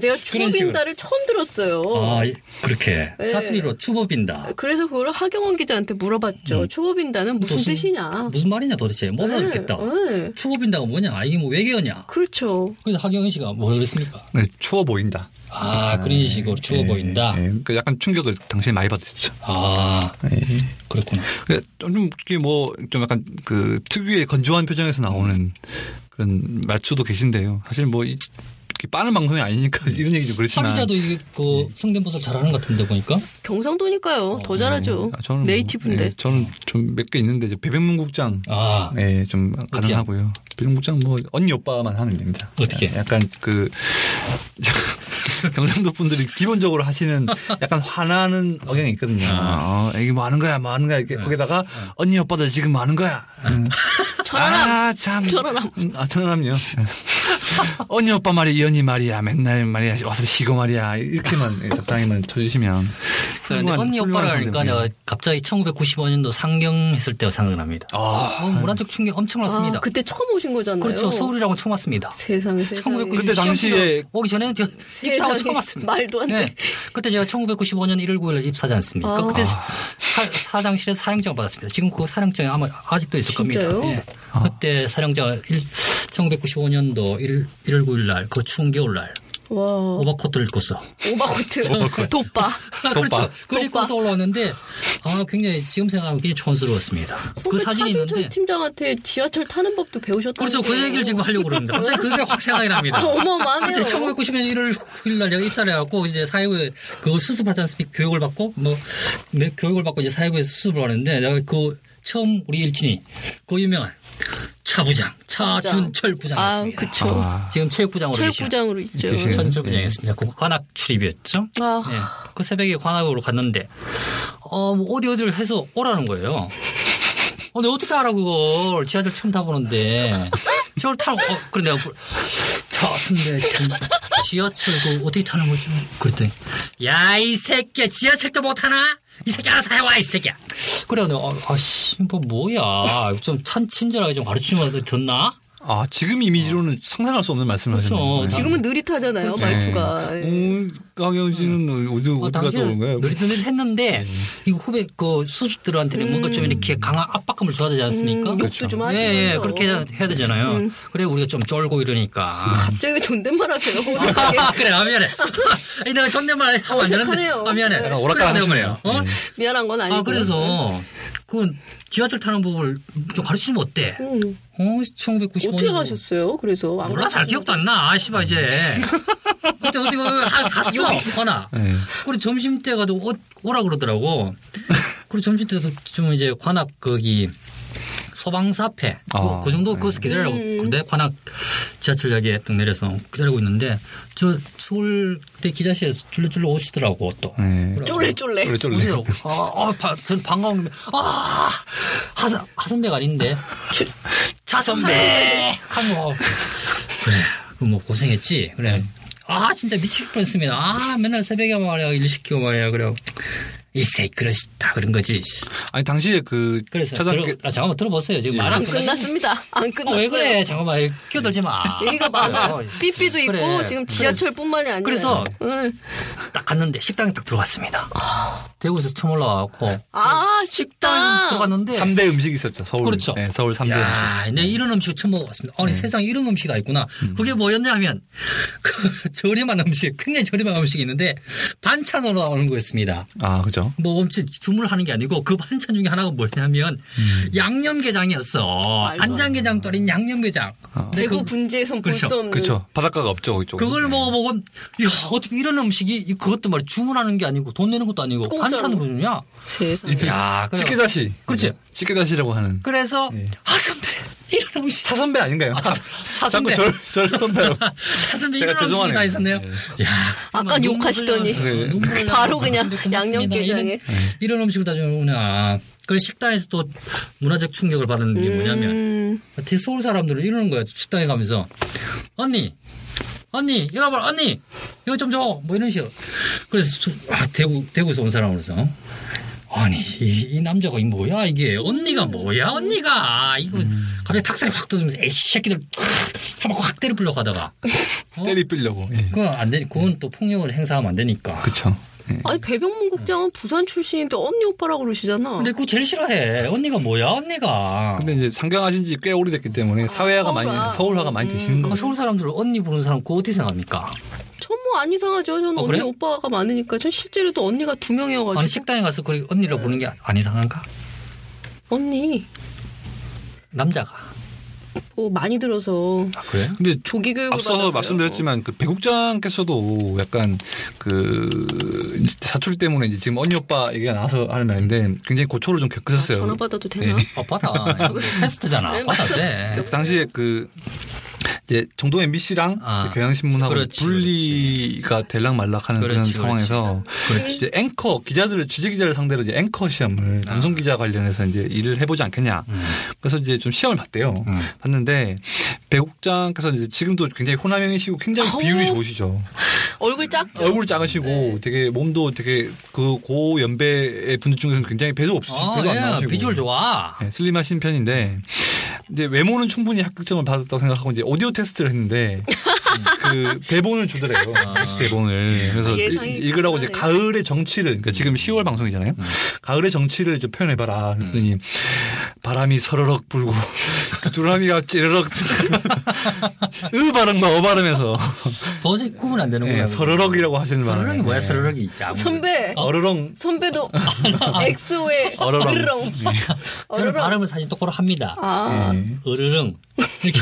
Speaker 3: <laughs>
Speaker 4: 제가
Speaker 3: 식으로.
Speaker 4: 추모빈다를 처음 들었어요.
Speaker 3: 아 예, 그렇게
Speaker 4: 네.
Speaker 3: 사투리로 추법인다.
Speaker 4: 그래서 그걸 하경원 기자한테 물어봤죠. 추모빈다는 무슨
Speaker 3: 음. 무슨-
Speaker 4: 뜻이냐.
Speaker 3: 무슨 말이냐 도대체 못 알겠다.
Speaker 4: 네, 네.
Speaker 3: 추법인다가 뭐냐? 이게 뭐 외계어냐?
Speaker 4: 그렇죠.
Speaker 3: 그래서 하경희 씨가 뭘 그랬습니까?
Speaker 5: 네, 추워 보인다.
Speaker 3: 아 그런 식으로 추워
Speaker 5: 예,
Speaker 3: 보인다.
Speaker 5: 예. 그 약간 충격을 당신이 많이 받으셨죠.
Speaker 3: 아
Speaker 5: 예.
Speaker 3: 그렇구나.
Speaker 5: 그 좀, 이게 뭐, 좀 약간 그 특유의 건조한 표정에서 나오는 그런 말투도 계신데요. 사실 뭐, 이, 이렇게 빠른 방송이 아니니까 <laughs> 이런 얘기 좀 그렇지만. 네.
Speaker 3: 사기자도 이게 그 성대모사를 잘하는 것 같은데 보니까 어,
Speaker 4: 경상도니까요. 더
Speaker 3: 음,
Speaker 4: 잘하죠.
Speaker 5: 아, 저는 뭐,
Speaker 4: 네이티브인데.
Speaker 5: 예, 저는 좀 몇 개 있는데, 이제 배백문 국장.
Speaker 3: 아
Speaker 5: 예, 좀 가능하고요. 배백문 국장 뭐, 언니 오빠만 하면 됩니다.
Speaker 3: 어떻게?
Speaker 5: 예, 약간 그, <laughs> 경상도 분들이 기본적으로 하시는 약간 화나는 억양이 있거든요.
Speaker 3: 아.
Speaker 5: 어, 이게 뭐 하는 거야, 뭐 하는 거야. 이렇게
Speaker 3: 네.
Speaker 5: 거기다가 언니 오빠들 지금 뭐 하는 거야. 음.
Speaker 3: <laughs>
Speaker 4: 저러람.
Speaker 5: 아, 참.
Speaker 4: 저러람.
Speaker 5: 음, 아, 저러람요. <laughs> 언니 오빠 말이야, 이 언니 말이야, 맨날 말이야, 와서 쉬고 말이야. 이렇게만 예, 적당히만 쳐주시면.
Speaker 3: 그런데
Speaker 5: 훌륭한-
Speaker 3: 언니
Speaker 5: 훌륭한
Speaker 3: 오빠라 하니까
Speaker 5: 상대입니다.
Speaker 3: 내가 갑자기 1995년도 상경했을 때가 생각납니다.
Speaker 5: 아,
Speaker 3: 어, 문화적 충격 엄청 났습니다.
Speaker 4: 아, 그때 처음 오신 거잖아요.
Speaker 3: 그렇죠. 서울이라고 처음 왔습니다.
Speaker 4: 세상에 세상에.
Speaker 3: 1995
Speaker 5: 근데 당시에
Speaker 3: 오기 전에 저 입사하고
Speaker 4: 세상에.
Speaker 3: 처음 왔습니다. 네.
Speaker 4: 말도 안 돼.
Speaker 3: 그때 제가 1995년 1월 9일 날 입사하지 않습니까?
Speaker 4: 아.
Speaker 3: 그때 사, 장실에서 사령장 받았습니다. 지금 그 사령장이 아마 아직도 있을
Speaker 4: 진짜요?
Speaker 3: 겁니다. 예. 그때 사령장 1995년도 1, 월 9일 날 그 추운 겨울날
Speaker 4: 와
Speaker 3: 오버코트를 입고서
Speaker 4: 오바코트 도빠.
Speaker 3: 아, 그렇죠.
Speaker 5: 돋바.
Speaker 3: 그걸 입고서 올라왔는데 아 굉장히 지금 생각하면 굉장히 촌스러웠습니다. 그
Speaker 4: 선배
Speaker 3: 사진이
Speaker 4: 차준철
Speaker 3: 있는데
Speaker 4: 팀장한테 지하철 타는 법도 배우셨다.
Speaker 3: 그렇죠. 그 얘기를 지금 하려고 그러는데 갑자기 그게 확 생각이 납니다.
Speaker 4: 아, 어마어마하네요.
Speaker 3: 그때 1990년 1월 9일 날 제가 입사를 해갖고 이제 사회부에 그거 수습하지 않습니까? 교육을 받고 뭐 네, 교육을 받고 이제 사회부에 수습을 하는데 내가 그 처음 우리 일진이 그 유명한 차 부장 차준철
Speaker 4: 아
Speaker 3: 부장이었습니다.
Speaker 4: 그쵸.
Speaker 3: 지금 체육부장으로
Speaker 4: 체육부장으로 있죠.
Speaker 5: 계시네.
Speaker 3: 천주 부장이었습니다. 그 관악 출입이었죠.
Speaker 4: 아.
Speaker 3: 예. 그 새벽에 관악으로 갔는데 어뭐 어디 어디를 해서 오라는 거예요. 어, 내가 어떻게 알아 그걸 지하철 처음 타보는데 저걸 타고 어, 그래 내가 그- 저 선배 지- 지하철 그 어떻게 타는 거죠? 그랬더니 야 이 새끼야 지하철도 못 타나? 이 새끼 알아서 해와 이 새끼야. 그래 내가 아, 아씨 뭐 뭐야 좀 참 친절하게 좀 가르치면 듣나?
Speaker 5: 아, 지금 이미지로는 상상할 수 없는 말씀을
Speaker 3: 그렇죠.
Speaker 5: 하셨네요.
Speaker 4: 지금은 느릿하잖아요 말투가.
Speaker 3: 네.
Speaker 4: 예.
Speaker 5: 강영 예. 씨는 어디
Speaker 3: 어,
Speaker 5: 어디가
Speaker 3: 당시에
Speaker 5: 떠오른 거예요? 네.
Speaker 3: 느릿느릿 했는데 이 후배 그 수습들한테는 뭔가 좀 이렇게 강한 압박감을 줘야 되지 않습니까?
Speaker 4: 음, 욕도 그렇죠. 음. 좀 하시면서.
Speaker 3: 예, 예, 그렇게 해야, 해야 되잖아요. 그래 우리가 좀 쫄고
Speaker 4: <laughs>
Speaker 3: 이러니까.
Speaker 4: 갑자기 왜 존댓말하세요? 어색하게.
Speaker 3: 아, 그래, 아, 미안해. 아니, 내가 존댓말 하면 안 되는데.
Speaker 4: 어색하네요.
Speaker 3: 아, 미안해.
Speaker 5: 약간 오락가락
Speaker 3: 그래요,
Speaker 5: 하시네요.
Speaker 3: 그래요. 어?
Speaker 4: 미안한 건 아니고.
Speaker 3: 아, 그래서, 그, 지하철 타는 법을 좀 가르치면 어때?
Speaker 4: 음.
Speaker 3: 어, 1995년.
Speaker 4: 어떻게 가셨어요? 그래서 안
Speaker 3: 몰라, 잘
Speaker 4: 가셨어요?
Speaker 3: 기억도 안 나. 아, 씨발, 이제.
Speaker 5: <laughs>
Speaker 3: 그때 어디, 그, 아, 갔어. 허나.
Speaker 5: 네.
Speaker 3: 우리 점심 때 가도 오, 오라 그러더라고. 그리고 점심 때도 좀 이제 관악 거기 소방사패
Speaker 5: 아, 음.
Speaker 3: 그, 그 정도 거기서 기다리라고 그런데 관악 지하철역에 딱 내려서 기다리고 있는데 저 서울대 기자실에서 줄레줄레 오시더라고 또.
Speaker 5: 네.
Speaker 3: 그래가지고
Speaker 4: 쫄래쫄래.
Speaker 5: 쫄래 쫄래.
Speaker 3: 오시더라고. 아, 아, 바- 전 반가운 김에 아 하선 하선배가 아닌데 차 선배 하고 그래 그뭐 고생했지 그래 아 진짜 미칠 뻔했습니다 아 맨날 새벽에 말이야 일 시키고 말이야 그래 이 새끼 그러시다 그런 거지.
Speaker 5: 아니 당시에 그
Speaker 3: 그래서
Speaker 5: 찾아뵙게
Speaker 3: 들어, 아, 잠깐만 들어보세요. 지금
Speaker 5: 예.
Speaker 3: 말안
Speaker 4: 안
Speaker 3: 끝났
Speaker 4: 끝났습니다. 안
Speaker 3: 어, 왜
Speaker 4: 끝났어요.
Speaker 3: 그래? 잠깐만 끼어들지 마.
Speaker 4: 얘기가 많아.
Speaker 3: 그래요.
Speaker 4: 삐삐도 있고
Speaker 3: 그래.
Speaker 4: 지금 지하철뿐만이 아니라.
Speaker 3: 그래서-
Speaker 4: 응.
Speaker 3: 딱 갔는데 식당에 딱 들어갔습니다. 대구에서 처음 올라와갖고
Speaker 4: 아
Speaker 3: 식당
Speaker 4: 식당.
Speaker 3: 들어갔는데
Speaker 5: 3대 음식이 있었죠. 서울.
Speaker 3: 그렇죠.
Speaker 5: 네, 서울 네. 3대 음식.
Speaker 3: 야, 내 이런 음식을 처음 먹어봤습니다. 아니 세상에 이런 음식이 다 있구나. 그게 뭐였냐면 <laughs> 그 저렴한 음식, 굉장히 저렴한 음식이 있는데 반찬으로 나오는 거였습니다.
Speaker 5: 아, 그죠.
Speaker 3: 뭐 엄청 주문하는 게 아니고 그 반찬 중에 하나가 뭐냐면
Speaker 5: 음.
Speaker 3: 양념게장이었어.
Speaker 4: 말도 안
Speaker 3: 간장게장 또린 양념게장. 근데
Speaker 4: 대구
Speaker 3: 그-
Speaker 4: 분지에선 볼
Speaker 3: 그렇죠.
Speaker 4: 수 없는.
Speaker 5: 아, 그렇죠. 바닷가가 없죠, 이쪽.
Speaker 3: 그걸 먹어보고 야 어떻게 이런 음식이 이- 그것도 말이 주문하는 게 아니고 돈 내는 것도 아니고
Speaker 4: 공짜로.
Speaker 3: 반찬으로 주냐?
Speaker 4: 세상에.
Speaker 3: 야, 그래요.
Speaker 5: 찌개다시.
Speaker 3: 그렇지.
Speaker 5: 찌개다시라고 하는.
Speaker 3: 그래서
Speaker 5: 예.
Speaker 3: 아 선배 이런 음식
Speaker 5: 차 선배 아닌가요?
Speaker 3: 아, 차- 차 선배.
Speaker 5: 자꾸 절, 절 선배로.
Speaker 3: <laughs> 가슴이
Speaker 5: 제가
Speaker 3: 이런 음식이
Speaker 5: 죄송하네요. 네.
Speaker 3: 다 있었네요. 야,
Speaker 4: 아까
Speaker 3: 눈물
Speaker 4: 욕하시더니
Speaker 3: 흘려요. 눈물 흘려요.
Speaker 4: 바로 그냥
Speaker 3: 고맙습니다.
Speaker 4: 양념게장에.
Speaker 3: 이런, 네. 이런 음식을 다 주는구나. 아, 그래 식당에서 또 문화적 충격을 받은 게 뭐냐면
Speaker 4: 음,
Speaker 3: 대 서울 사람들은 이러는 거야 식당에 가면서 언니 언니 이리 와봐 언니 이거 좀 줘 뭐 이런 식으로 그래서 좀, 아, 대구 대구에서 온 사람으로서 아니 이, 이 남자가 이 뭐야 이게 언니가 뭐야 언니가 이거
Speaker 5: 음.
Speaker 3: 갑자기 탁상이 확 떠들면서 에이 새끼들 한번 확 때려 불려고 하다가 어?
Speaker 5: 때리 삐려고. 예.
Speaker 3: 그건 안 되니 그건 또 폭력을 행사하면 안 되니까.
Speaker 5: 그쵸. 예.
Speaker 4: 아니 배병문 국장은 부산 출신인데 언니 오빠라고 그러시잖아.
Speaker 3: 근데 그거 제일 싫어해. 언니가 뭐야? 언니가.
Speaker 5: 근데 이제 상경하신 지 꽤 오래됐기 때문에 사회화가
Speaker 4: 서울화.
Speaker 5: 많이, 서울화가 많이 되시는
Speaker 3: 아,
Speaker 5: 거죠.
Speaker 3: 서울 사람들은 언니 부르는 사람 그거 어떻게 생각합니까?
Speaker 4: 전뭐 안 이상하죠. 저는
Speaker 3: 어,
Speaker 4: 언니
Speaker 3: 그래?
Speaker 4: 오빠가 많으니까. 전 실제로도 언니가 두 명이어가지고
Speaker 3: 아니 식당에 가서 그 언니라 부르는 게 안 이상한가?
Speaker 4: 언니
Speaker 3: 남자가.
Speaker 4: 뭐 많이 들어서
Speaker 3: 아, 그래?
Speaker 5: 근데
Speaker 4: 조기 교육을
Speaker 5: 앞서
Speaker 4: 받아서요.
Speaker 5: 말씀드렸지만 그 배국장께서도 약간 그 이제 사출 때문에 이제 지금 언니 오빠 얘기가 나와서 하는 말인데 굉장히 고초를 좀 겪으셨어요.
Speaker 4: 전화 받아도 되나?
Speaker 5: 예.
Speaker 3: 아,
Speaker 5: <laughs>
Speaker 3: 받아. 테스트잖아.
Speaker 4: 네,
Speaker 3: 받아.
Speaker 4: 맞아.
Speaker 3: 돼.
Speaker 5: 그 당시에 그 이제 정도 MBC랑
Speaker 3: 아,
Speaker 5: 경향신문하고
Speaker 3: 그렇지,
Speaker 5: 분리가 될랑 말락하는 그런
Speaker 3: 그렇지,
Speaker 5: 상황에서
Speaker 3: 그렇지.
Speaker 5: 이제 앵커 기자들을 취재 기자를 상대로 이제 앵커 시험을
Speaker 3: 아.
Speaker 5: 방송 기자 관련해서 이제 일을 해보지 않겠냐. 그래서 이제 좀 시험을 봤대요.
Speaker 3: 음.
Speaker 5: 봤는데 배국장께서 이제 지금도 굉장히 호남형이시고 굉장히 비율이
Speaker 4: 아우.
Speaker 5: 좋으시죠.
Speaker 4: 얼굴 작죠.
Speaker 5: 아, 얼굴 작으시고
Speaker 3: 네.
Speaker 5: 되게 몸도 되게 그 고 연배의 분들 중에서는 굉장히 배도 없으시고
Speaker 3: 아,
Speaker 5: 배도 안
Speaker 3: 예,
Speaker 5: 나오시고
Speaker 3: 비주얼 좋아.
Speaker 5: 네, 슬림하신 편인데 이제 외모는 충분히 합격점을 받았다고 생각하고 이제 오디오
Speaker 3: <laughs>
Speaker 5: 테스트를 했는데 그 대본을 주더래요
Speaker 3: 아.
Speaker 5: 뉴스 대본을 그래서
Speaker 4: 예상이
Speaker 5: 읽- 읽으라고 이제
Speaker 4: 가능하네.
Speaker 5: 가을의 정취를 그러니까
Speaker 3: 음.
Speaker 5: 지금 10월 방송이잖아요 가을의 정취를 이제 표현해봐라 그랬더니
Speaker 3: 음.
Speaker 5: 바람이 서러럭 불고 <laughs> 그 두라미가 찌르럭 <laughs> 으 발음만 어 발음해서
Speaker 3: 도저히 구분 안 되는구나.
Speaker 5: 네, 서러럭이라고 하시는 말에 예.
Speaker 3: 서러렁이 뭐야, 서러렁이. 자, 뭐.
Speaker 4: 선배
Speaker 5: 아. 어르렁
Speaker 4: 선배도 엑소의
Speaker 5: 어러렁.
Speaker 4: 어르렁
Speaker 3: 저는
Speaker 4: 어르렁
Speaker 3: 발음을 예. 사실 똑바로 합니다.
Speaker 4: 아
Speaker 3: 으르릉.
Speaker 5: <laughs>
Speaker 3: 이렇게.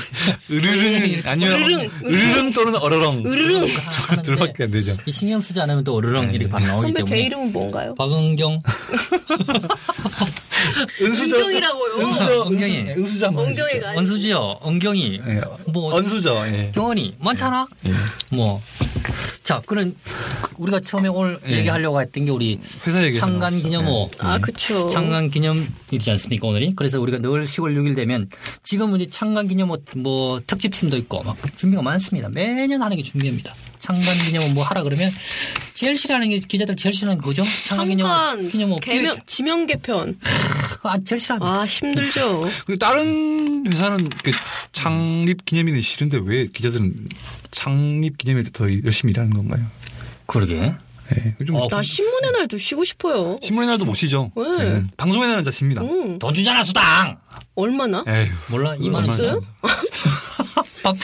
Speaker 5: 으르릉 아니면
Speaker 4: 으르릉.
Speaker 5: 으르릉 또는 어르렁
Speaker 4: 으르릉
Speaker 3: 하는데
Speaker 5: 둘밖에 안 되죠
Speaker 3: 이 신경 쓰지 않으면 또
Speaker 5: 예.
Speaker 3: 으르렁 이렇게 반 나오기
Speaker 4: 선배
Speaker 3: 때문에.
Speaker 4: 제 이름은 뭔가요?
Speaker 3: 아, 박은경
Speaker 5: 은수저 아,
Speaker 4: 은경이라고요.
Speaker 5: 은수저
Speaker 3: 은경이.
Speaker 5: 은경이 은수저 한번 해주죠.
Speaker 4: 엉덩이가 아니고
Speaker 3: 원수지요, 엉경이,
Speaker 5: 예.
Speaker 3: 뭐
Speaker 5: 언수저 예.
Speaker 3: 경원이 많잖아. 뭐. 자, 그런 우리가 처음에 오늘
Speaker 5: 예.
Speaker 3: 얘기하려고 했던 게 우리
Speaker 5: 회사 얘기
Speaker 3: 창간 기념호.
Speaker 5: 예.
Speaker 4: 아 그쵸
Speaker 3: 창간 기념이지 않습니까 오늘이? 그래서 우리가 늘 10월 6일 되면 지금은 이제 창간 기념 뭐, 뭐 특집 팀도 있고 막 준비가 많습니다. 매년 하는 게 준비입니다. 창간 기념 뭐 하라 그러면 제일 싫어하는 게 기자들 제일 싫어하는 거죠? 창간 기념
Speaker 4: 잠깐
Speaker 3: 기념
Speaker 4: 개명 지명 개편
Speaker 3: 아 제일 싫어합니다.
Speaker 4: 아 힘들죠
Speaker 5: 그리고 다른 회사는 이렇게 창립 기념일은 싫은데 왜 기자들은 창립 기념일 때 더 열심히 일하는 건가요?
Speaker 3: 그러게.
Speaker 5: 예. 좀
Speaker 3: 어,
Speaker 4: 나 신문의 날도 쉬고 싶어요
Speaker 5: 신문의 날도 못 쉬죠.
Speaker 4: 왜?
Speaker 5: 저희는. 방송의 날은 다 쉽니다. 예.
Speaker 4: 응
Speaker 3: 돈 주잖아 수당.
Speaker 4: 얼마나
Speaker 5: 에휴.
Speaker 3: 몰라 이만
Speaker 5: 얼마나
Speaker 3: 원.
Speaker 4: 있어요?
Speaker 3: 밥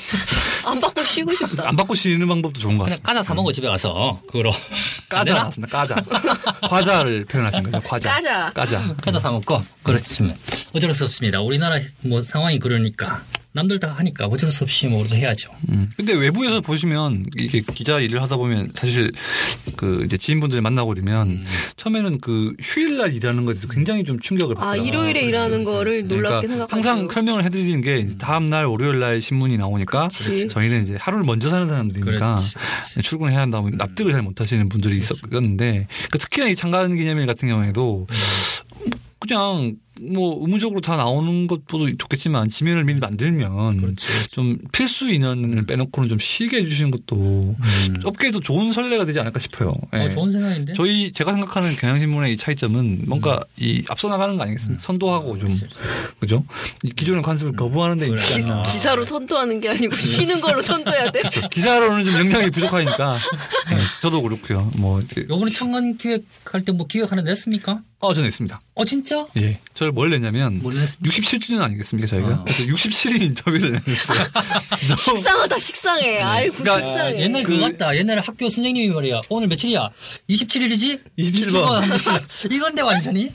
Speaker 4: 안 받고 쉬고 싶다
Speaker 5: 안 받고 쉬는 방법도 좋은 것
Speaker 3: 그냥
Speaker 5: 같습니다.
Speaker 3: 까자 사 먹어 집에 가서 그거로 안
Speaker 5: <laughs> 까자
Speaker 3: 되나?
Speaker 5: 나왔습니다. 까자. 과자를 표현하신 거죠. 과자.
Speaker 4: 까자.
Speaker 5: 까자.
Speaker 3: 까자 사 먹고 그렇지만 어쩔 수 없습니다. 우리나라 뭐 상황이 그러니까 남들 다 하니까 어쩔 수 없이 뭐 우리도 해야죠.
Speaker 5: 음. 근데 외부에서 보시면 이게 기자 일을 하다 보면 사실 그 이제 지인분들 만나고 그러면 처음에는 그 휴일날 일하는 것에도 굉장히 좀 충격을
Speaker 4: 아
Speaker 5: 받아요. 그러니까
Speaker 4: 일요일에 일하는 거를 놀랍게 생각하죠
Speaker 5: 항상 설명을 해드리는 게 다음 날 월요일 날 신문이 나오니까
Speaker 4: 그렇지.
Speaker 5: 저희는 이제 하루를 먼저 사는 사람들이니까
Speaker 3: 그렇지, 그렇지.
Speaker 5: 출근해야 한다 고 납득을 잘 못하시는
Speaker 3: 음.
Speaker 5: 분들이 있었는데 그 특히나 이 창간 기념일 같은 경우에도 그냥 뭐 의무적으로 다 나오는 것보다 좋겠지만 지면을 미리 만들면
Speaker 3: 그렇지.
Speaker 5: 좀 필수 인원을 빼놓고는 좀 쉬게 해주시는 것도
Speaker 3: 음.
Speaker 5: 업계에도 좋은 선례가 되지 않을까 싶어요. 예.
Speaker 3: 어, 좋은 생각인데.
Speaker 5: 저희 제가 생각하는 경향신문의 이 차이점은 뭔가
Speaker 3: 음.
Speaker 5: 이 앞서 나가는 거 아니겠습니까? 선도하고 좀 네, 그죠? 이 기존의 관습을 거부하는 데
Speaker 3: 그렇죠. 그러니까.
Speaker 5: 있잖아.
Speaker 4: 기사로 선도하는 게 아니고
Speaker 5: 네.
Speaker 4: 쉬는 걸로 선도해야
Speaker 5: <laughs>
Speaker 4: 돼.
Speaker 5: 그렇죠. 기사로는 좀
Speaker 3: <laughs>
Speaker 5: 영향이 부족하니까 예, 저도 그렇고요. 뭐 이렇게
Speaker 3: 요번에 청년 기획할 때 뭐 기획 하나 냈습니까?
Speaker 5: 어 저는 있습니다.
Speaker 3: 어 진짜?
Speaker 5: 예, 저를 뭘 냈냐면
Speaker 3: 뭘 냈습니까?
Speaker 5: 67주년 아니겠습니까 저희가?
Speaker 3: 어.
Speaker 5: 그래서 67인 인터뷰를
Speaker 3: <laughs>
Speaker 5: 냈어요. <laughs>
Speaker 4: 식상하다 식상해. 아이고
Speaker 5: 그러니까
Speaker 4: 식상해.
Speaker 3: 옛날
Speaker 5: 그-
Speaker 3: 그거 같다. 옛날에 학교 선생님이 말이야. 오늘 며칠이야? 27일이지?
Speaker 5: 27번.
Speaker 3: <laughs> 이건데 완전히.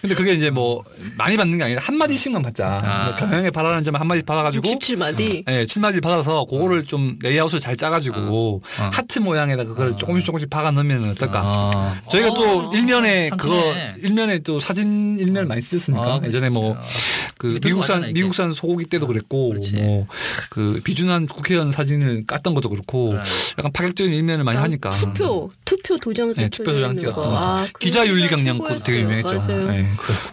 Speaker 5: 근데 그게 이제 뭐 많이 받는 게 아니라 한 마디씩만 받자.
Speaker 3: 아.
Speaker 5: 뭐 경향에 바라는 점 한 마디 받아가지고
Speaker 4: 67마디.
Speaker 5: 예, 7마디 받아서 그거를 좀 레이아웃을 잘 짜가지고
Speaker 3: 아.
Speaker 5: 하트 모양에다 그걸 조금씩 조금씩 박아 넣으면 어떨까?
Speaker 3: 아.
Speaker 5: 그러니까. 저희가
Speaker 3: 어,
Speaker 5: 또 일면에
Speaker 3: 참
Speaker 5: 그거
Speaker 3: 크네.
Speaker 5: 일면에 또 사진 일면 많이 쓰셨으니까
Speaker 3: 아, 그렇죠.
Speaker 5: 예전에 뭐
Speaker 3: 아.
Speaker 5: 그
Speaker 3: 들고 가잖아,
Speaker 5: 미국산
Speaker 3: 이게.
Speaker 5: 미국산 소고기 때도 그랬고
Speaker 3: 그렇지.
Speaker 5: 뭐 그 비준한 국회의원 사진을 깠던 것도 그렇고
Speaker 3: 그래.
Speaker 5: 약간 파격적인 일면을 많이 하니까
Speaker 4: 아, 투표 투표 도장
Speaker 5: 네, 투표 도장
Speaker 4: 찍는 거.
Speaker 5: 찍었던 거.
Speaker 4: 아, 그거
Speaker 5: 기자 윤리
Speaker 4: 진짜
Speaker 5: 강령 그것도 되게
Speaker 4: 최고였어요.
Speaker 5: 유명했죠.
Speaker 4: 맞아요.
Speaker 5: 예.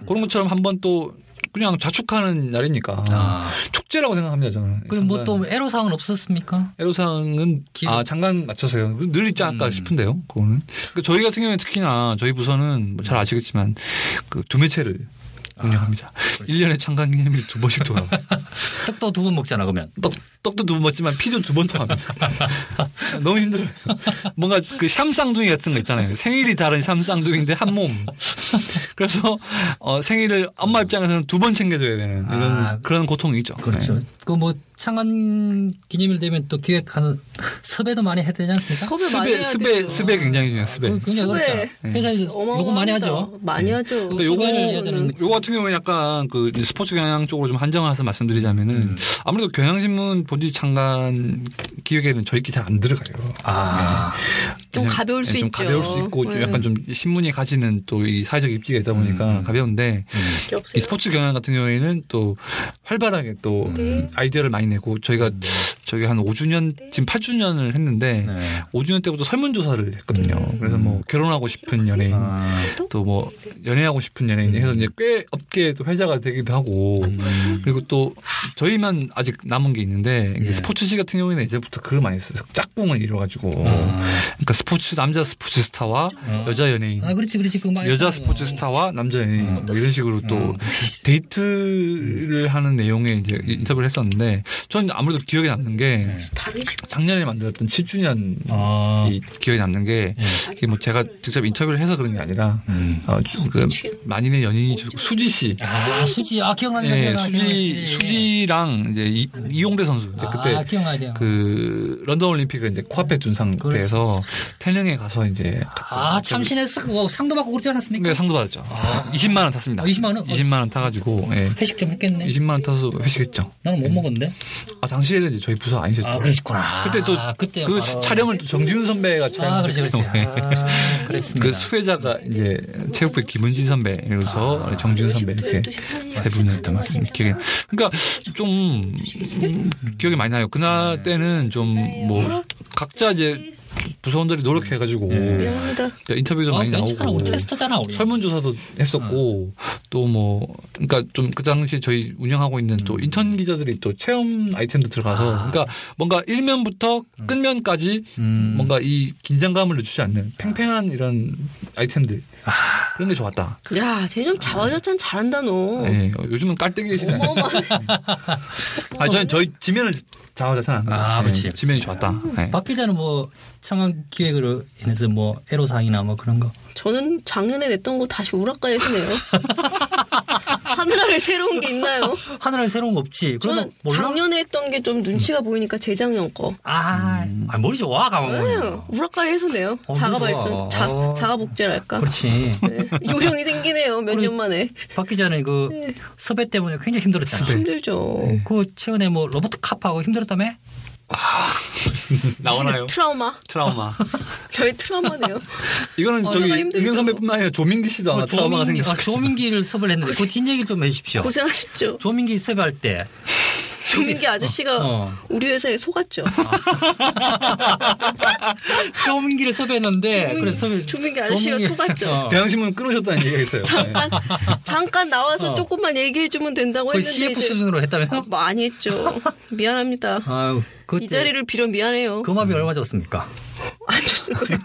Speaker 5: 그런 것처럼 한번 또 그냥 자축하는 날이니까
Speaker 3: 아.
Speaker 5: 축제라고 생각합니다 저는.
Speaker 3: 그럼 뭐 또
Speaker 5: 장관.
Speaker 3: 애로사항은 없었습니까?
Speaker 5: 애로사항은
Speaker 3: 기-
Speaker 5: 아 잠깐 맞춰서요. 늘 있지 않을까
Speaker 3: 음.
Speaker 5: 싶은데요. 그거는 그 저희 같은 경우에 특히나 저희 부서는 뭐잘 아시겠지만 그 두 매체를 운영합니다.
Speaker 3: 아, 그렇지.
Speaker 5: 일년에 창간 기념일 두 번씩 돌아요.
Speaker 3: 떡도 두 번 먹잖아 그러면.
Speaker 5: 떡, 떡도 두 번 먹지만 피도 두 번 통합니다. <laughs> 너무 힘들어요. 뭔가 그 샴쌍둥이 같은 거 있잖아요. 생일이 다른 샴쌍둥이인데 한 몸. 그래서 어, 생일을 엄마 입장에서는 두 번 챙겨줘야 되는 이런
Speaker 3: 아,
Speaker 5: 그런 고통이죠.
Speaker 3: 그렇죠.
Speaker 5: 네.
Speaker 3: 그 뭐 창안 기념일 되면 또 기획하는 섭외도 많이 해야 되지 않습니까?
Speaker 4: 섭외 많이
Speaker 5: 스베
Speaker 4: 해야 아,
Speaker 5: 스베
Speaker 4: 되죠.
Speaker 5: 스베 굉장히 중요해요. 스베.
Speaker 3: 그- 그냥
Speaker 4: 섭외.
Speaker 3: 그렇죠.
Speaker 5: 네.
Speaker 3: 회사에서
Speaker 4: 어마어마합니다.
Speaker 3: 요거 많이 하죠.
Speaker 4: 많이 하죠.
Speaker 3: 근데 요거-
Speaker 4: 섭외를 해야
Speaker 3: 요거는
Speaker 4: 되는
Speaker 5: 요거 같은 경우에 약간 그 이제 스포츠 경향 쪽으로 좀 한정해서 말씀드리자면은
Speaker 3: 음.
Speaker 5: 아무래도 경향신문 본지 창간 기획에는 저희끼리 잘 안 들어가요.
Speaker 3: 아,
Speaker 4: 좀
Speaker 5: 왜냐면,
Speaker 4: 가벼울
Speaker 5: 예,
Speaker 4: 수
Speaker 5: 좀
Speaker 4: 있죠.
Speaker 5: 가벼울 수 있고 좀
Speaker 4: 네.
Speaker 5: 약간 좀 신문이 가지는 또 이 사회적 입지가 있다 보니까
Speaker 3: 음.
Speaker 5: 가벼운데
Speaker 4: 게 없어요.
Speaker 5: 이 스포츠 경향 같은 경우에는 또 활발하게 또 음,
Speaker 4: 네.
Speaker 5: 아이디어를 많이 내고 저희가 저희 한 5주년 지금 8주년을 했는데
Speaker 3: 네.
Speaker 5: 5주년 때부터 설문조사를 했거든요.
Speaker 4: 음.
Speaker 5: 그래서 뭐 결혼하고 싶은 연예인
Speaker 3: 아,
Speaker 5: 또 뭐
Speaker 4: 네.
Speaker 5: 연애하고 싶은 연예인
Speaker 3: 음.
Speaker 5: 해서 이제 꽤 업계에 또 회자가 되기도 하고
Speaker 4: 아,
Speaker 5: 그리고 또 저희만 아직 남은 게 있는데 이게
Speaker 3: 예.
Speaker 5: 스포츠지 같은 경우에는 이제부터 그걸 많이 써요. 짝꿍을 이뤄가지고
Speaker 3: 아.
Speaker 5: 그러니까 스포츠 남자 스포츠 스타와
Speaker 3: 어.
Speaker 5: 여자 연예인
Speaker 3: 아, 그렇지, 그렇지. 그 많이
Speaker 5: 여자
Speaker 3: 하죠.
Speaker 5: 스포츠 스타와 남자 연예인
Speaker 3: 음.
Speaker 5: 뭐 이런 식으로 또
Speaker 3: 음.
Speaker 5: 데이트를 하는 내용의 이제 인터뷰를 했었는데 전 아무래도 기억에 남는 게
Speaker 4: 다른 식으로
Speaker 5: 작년에 만들었던 7주년
Speaker 3: 아,
Speaker 5: 이 기억에 남는 게
Speaker 3: 예.
Speaker 5: 이게 뭐 제가 직접 인터뷰를 해서 그런 게 아니라
Speaker 3: 음.
Speaker 5: 어, 그 만인의 연인이 저 수지 씨.
Speaker 3: 아, 수지, 아 기억나는
Speaker 5: 예,
Speaker 3: 기억나,
Speaker 5: 수지,
Speaker 3: 기억나지.
Speaker 5: 수지랑 이제 이, 이용대 선수. 이제 그때
Speaker 3: 아, 기억나요. 그,
Speaker 5: 그 런던 올림픽을 이제 코앞에 둔 상태에서 태릉에 가서 이제
Speaker 3: 아, 참신했어. 그거 상도 받고 그러지 않았습니까?
Speaker 5: 네, 상도 받았죠.
Speaker 3: 아.
Speaker 5: 20만 원 탔습니다.
Speaker 3: 어, 20만 원?
Speaker 5: 20만 원 타가지고 예.
Speaker 3: 회식 좀 했겠네.
Speaker 5: 20만 원 타서 회식했죠.
Speaker 3: 나는 못 먹었는데.
Speaker 5: 아 당시에는 이제 저희 부서 아니셨죠.
Speaker 3: 아, 그러셨구나.
Speaker 5: 그때 또
Speaker 3: 아, 그때
Speaker 5: 그
Speaker 3: 바로-
Speaker 5: 촬영을 또 정지훈 선배가
Speaker 3: 아, 그렇지,
Speaker 5: 촬영했죠.
Speaker 3: 그렇지. 아, 그랬습니다.
Speaker 5: 그 수혜자가 이제 체육부 김은진 선배 이로서
Speaker 3: 아,
Speaker 5: 정지훈 선배 이렇게 세 분을 담았습니다. 기억에 그러니까 좀 음, 기억이 많이 나요. 그날
Speaker 3: 네.
Speaker 5: 때는 좀 뭐 각자 이제 부서원들이 노력해가지고
Speaker 4: 미안합니다.
Speaker 5: 인터뷰도
Speaker 3: 네. 아,
Speaker 5: 많이
Speaker 3: 괜찮아.
Speaker 5: 나오고
Speaker 3: 우리 테스트잖아, 우리.
Speaker 5: 설문조사도 했었고
Speaker 3: 아.
Speaker 5: 또 뭐 그러니까 좀 그 당시 저희 운영하고 있는 또 인턴 기자들이 또 체험 아이템도 들어가서
Speaker 3: 음. 아.
Speaker 5: 그러니까 뭔가 일면부터 끝면까지
Speaker 3: 음. 아.
Speaker 5: 뭔가 이 긴장감을 늦추지 않는 팽팽한 이런 아이템들 그런 게 좋았다.
Speaker 4: 야, 쟤좀 자화자찬 잘한다
Speaker 3: 어.
Speaker 4: 너.
Speaker 5: 예, 요즘은 깔때기 시대. 아, 저는 저희 지면을 자화자찬 안
Speaker 3: 아,
Speaker 5: 예,
Speaker 3: 그렇지.
Speaker 5: 지면이 좋았다. 예.
Speaker 3: 박 기자는 뭐 청원 기획으로 인해서 뭐 애로사항이나 뭐 그런 거.
Speaker 4: <laughs> 저는 작년에 냈던 거 다시 우락가에서네요. <laughs> 하늘 아래 새로운 게 있나요?
Speaker 3: 하늘에 새로운 거 없지. 그러면
Speaker 4: 저는
Speaker 3: 뭐 몰라.
Speaker 4: 작년에 했던 게 좀 눈치가 보이니까 재작년 거.
Speaker 3: 아,
Speaker 5: 음.
Speaker 3: 아 머리 좋아 가만.
Speaker 4: 아유, 우락가에서 내요.
Speaker 3: 어,
Speaker 4: 자가
Speaker 3: 무서워.
Speaker 4: 발전, 자,
Speaker 3: 어.
Speaker 4: 자가 복제랄까.
Speaker 3: 그렇지.
Speaker 4: 네. 요령이 생기네요. 몇
Speaker 3: 그래.
Speaker 4: 년 만에
Speaker 3: 박 기자는 그
Speaker 4: 네.
Speaker 3: 섭외 때문에 굉장히 힘들었잖아.
Speaker 4: 힘들죠.
Speaker 5: 네.
Speaker 3: 그 최근에 뭐 로버트 카프하고 힘들었다며?
Speaker 5: 아, 나오나요?
Speaker 4: 트라우마.
Speaker 5: 트라우마.
Speaker 4: 저의 트라우마네요.
Speaker 5: <laughs> 이거는
Speaker 4: 어,
Speaker 5: 저기
Speaker 4: 내가 힘들죠.
Speaker 5: 은근 선배뿐만 아니라 조민기 씨도 아마 트라우마가
Speaker 3: 어, 그 조민기, 아,
Speaker 5: 생겼을 거예요.
Speaker 4: 그
Speaker 3: 조민기를 섭외를 했는데 그 뒷얘기 좀 해주십시오.
Speaker 4: 고생하셨죠.
Speaker 3: 조민기 섭외할 때
Speaker 4: 조민기 아저씨가
Speaker 3: 어. 아,
Speaker 4: 우리 회사에 속았죠.
Speaker 3: 조민기를 섭외했는데
Speaker 4: 조민기-
Speaker 3: 그래 섭외
Speaker 4: 조민기 아저씨가
Speaker 3: 조민기-
Speaker 4: 속았죠.
Speaker 3: 어.
Speaker 5: 배양심은 끊으셨다는 얘기가 있어요. 네.
Speaker 4: 잠깐 잠깐 나와서
Speaker 3: 어.
Speaker 4: 조금만 얘기해 주면 된다고
Speaker 3: 거의
Speaker 4: 했는데
Speaker 3: CF
Speaker 4: 뭐 이제
Speaker 3: 수준으로
Speaker 4: 아,
Speaker 3: 했다면서?
Speaker 4: 많이 했죠. 미안합니다.
Speaker 3: 아유, 그때 그
Speaker 4: 이 자리를 빌어 미안해요.
Speaker 3: 금압이 얼마 줬습니까?
Speaker 4: <laughs> 안 줬을 거예요.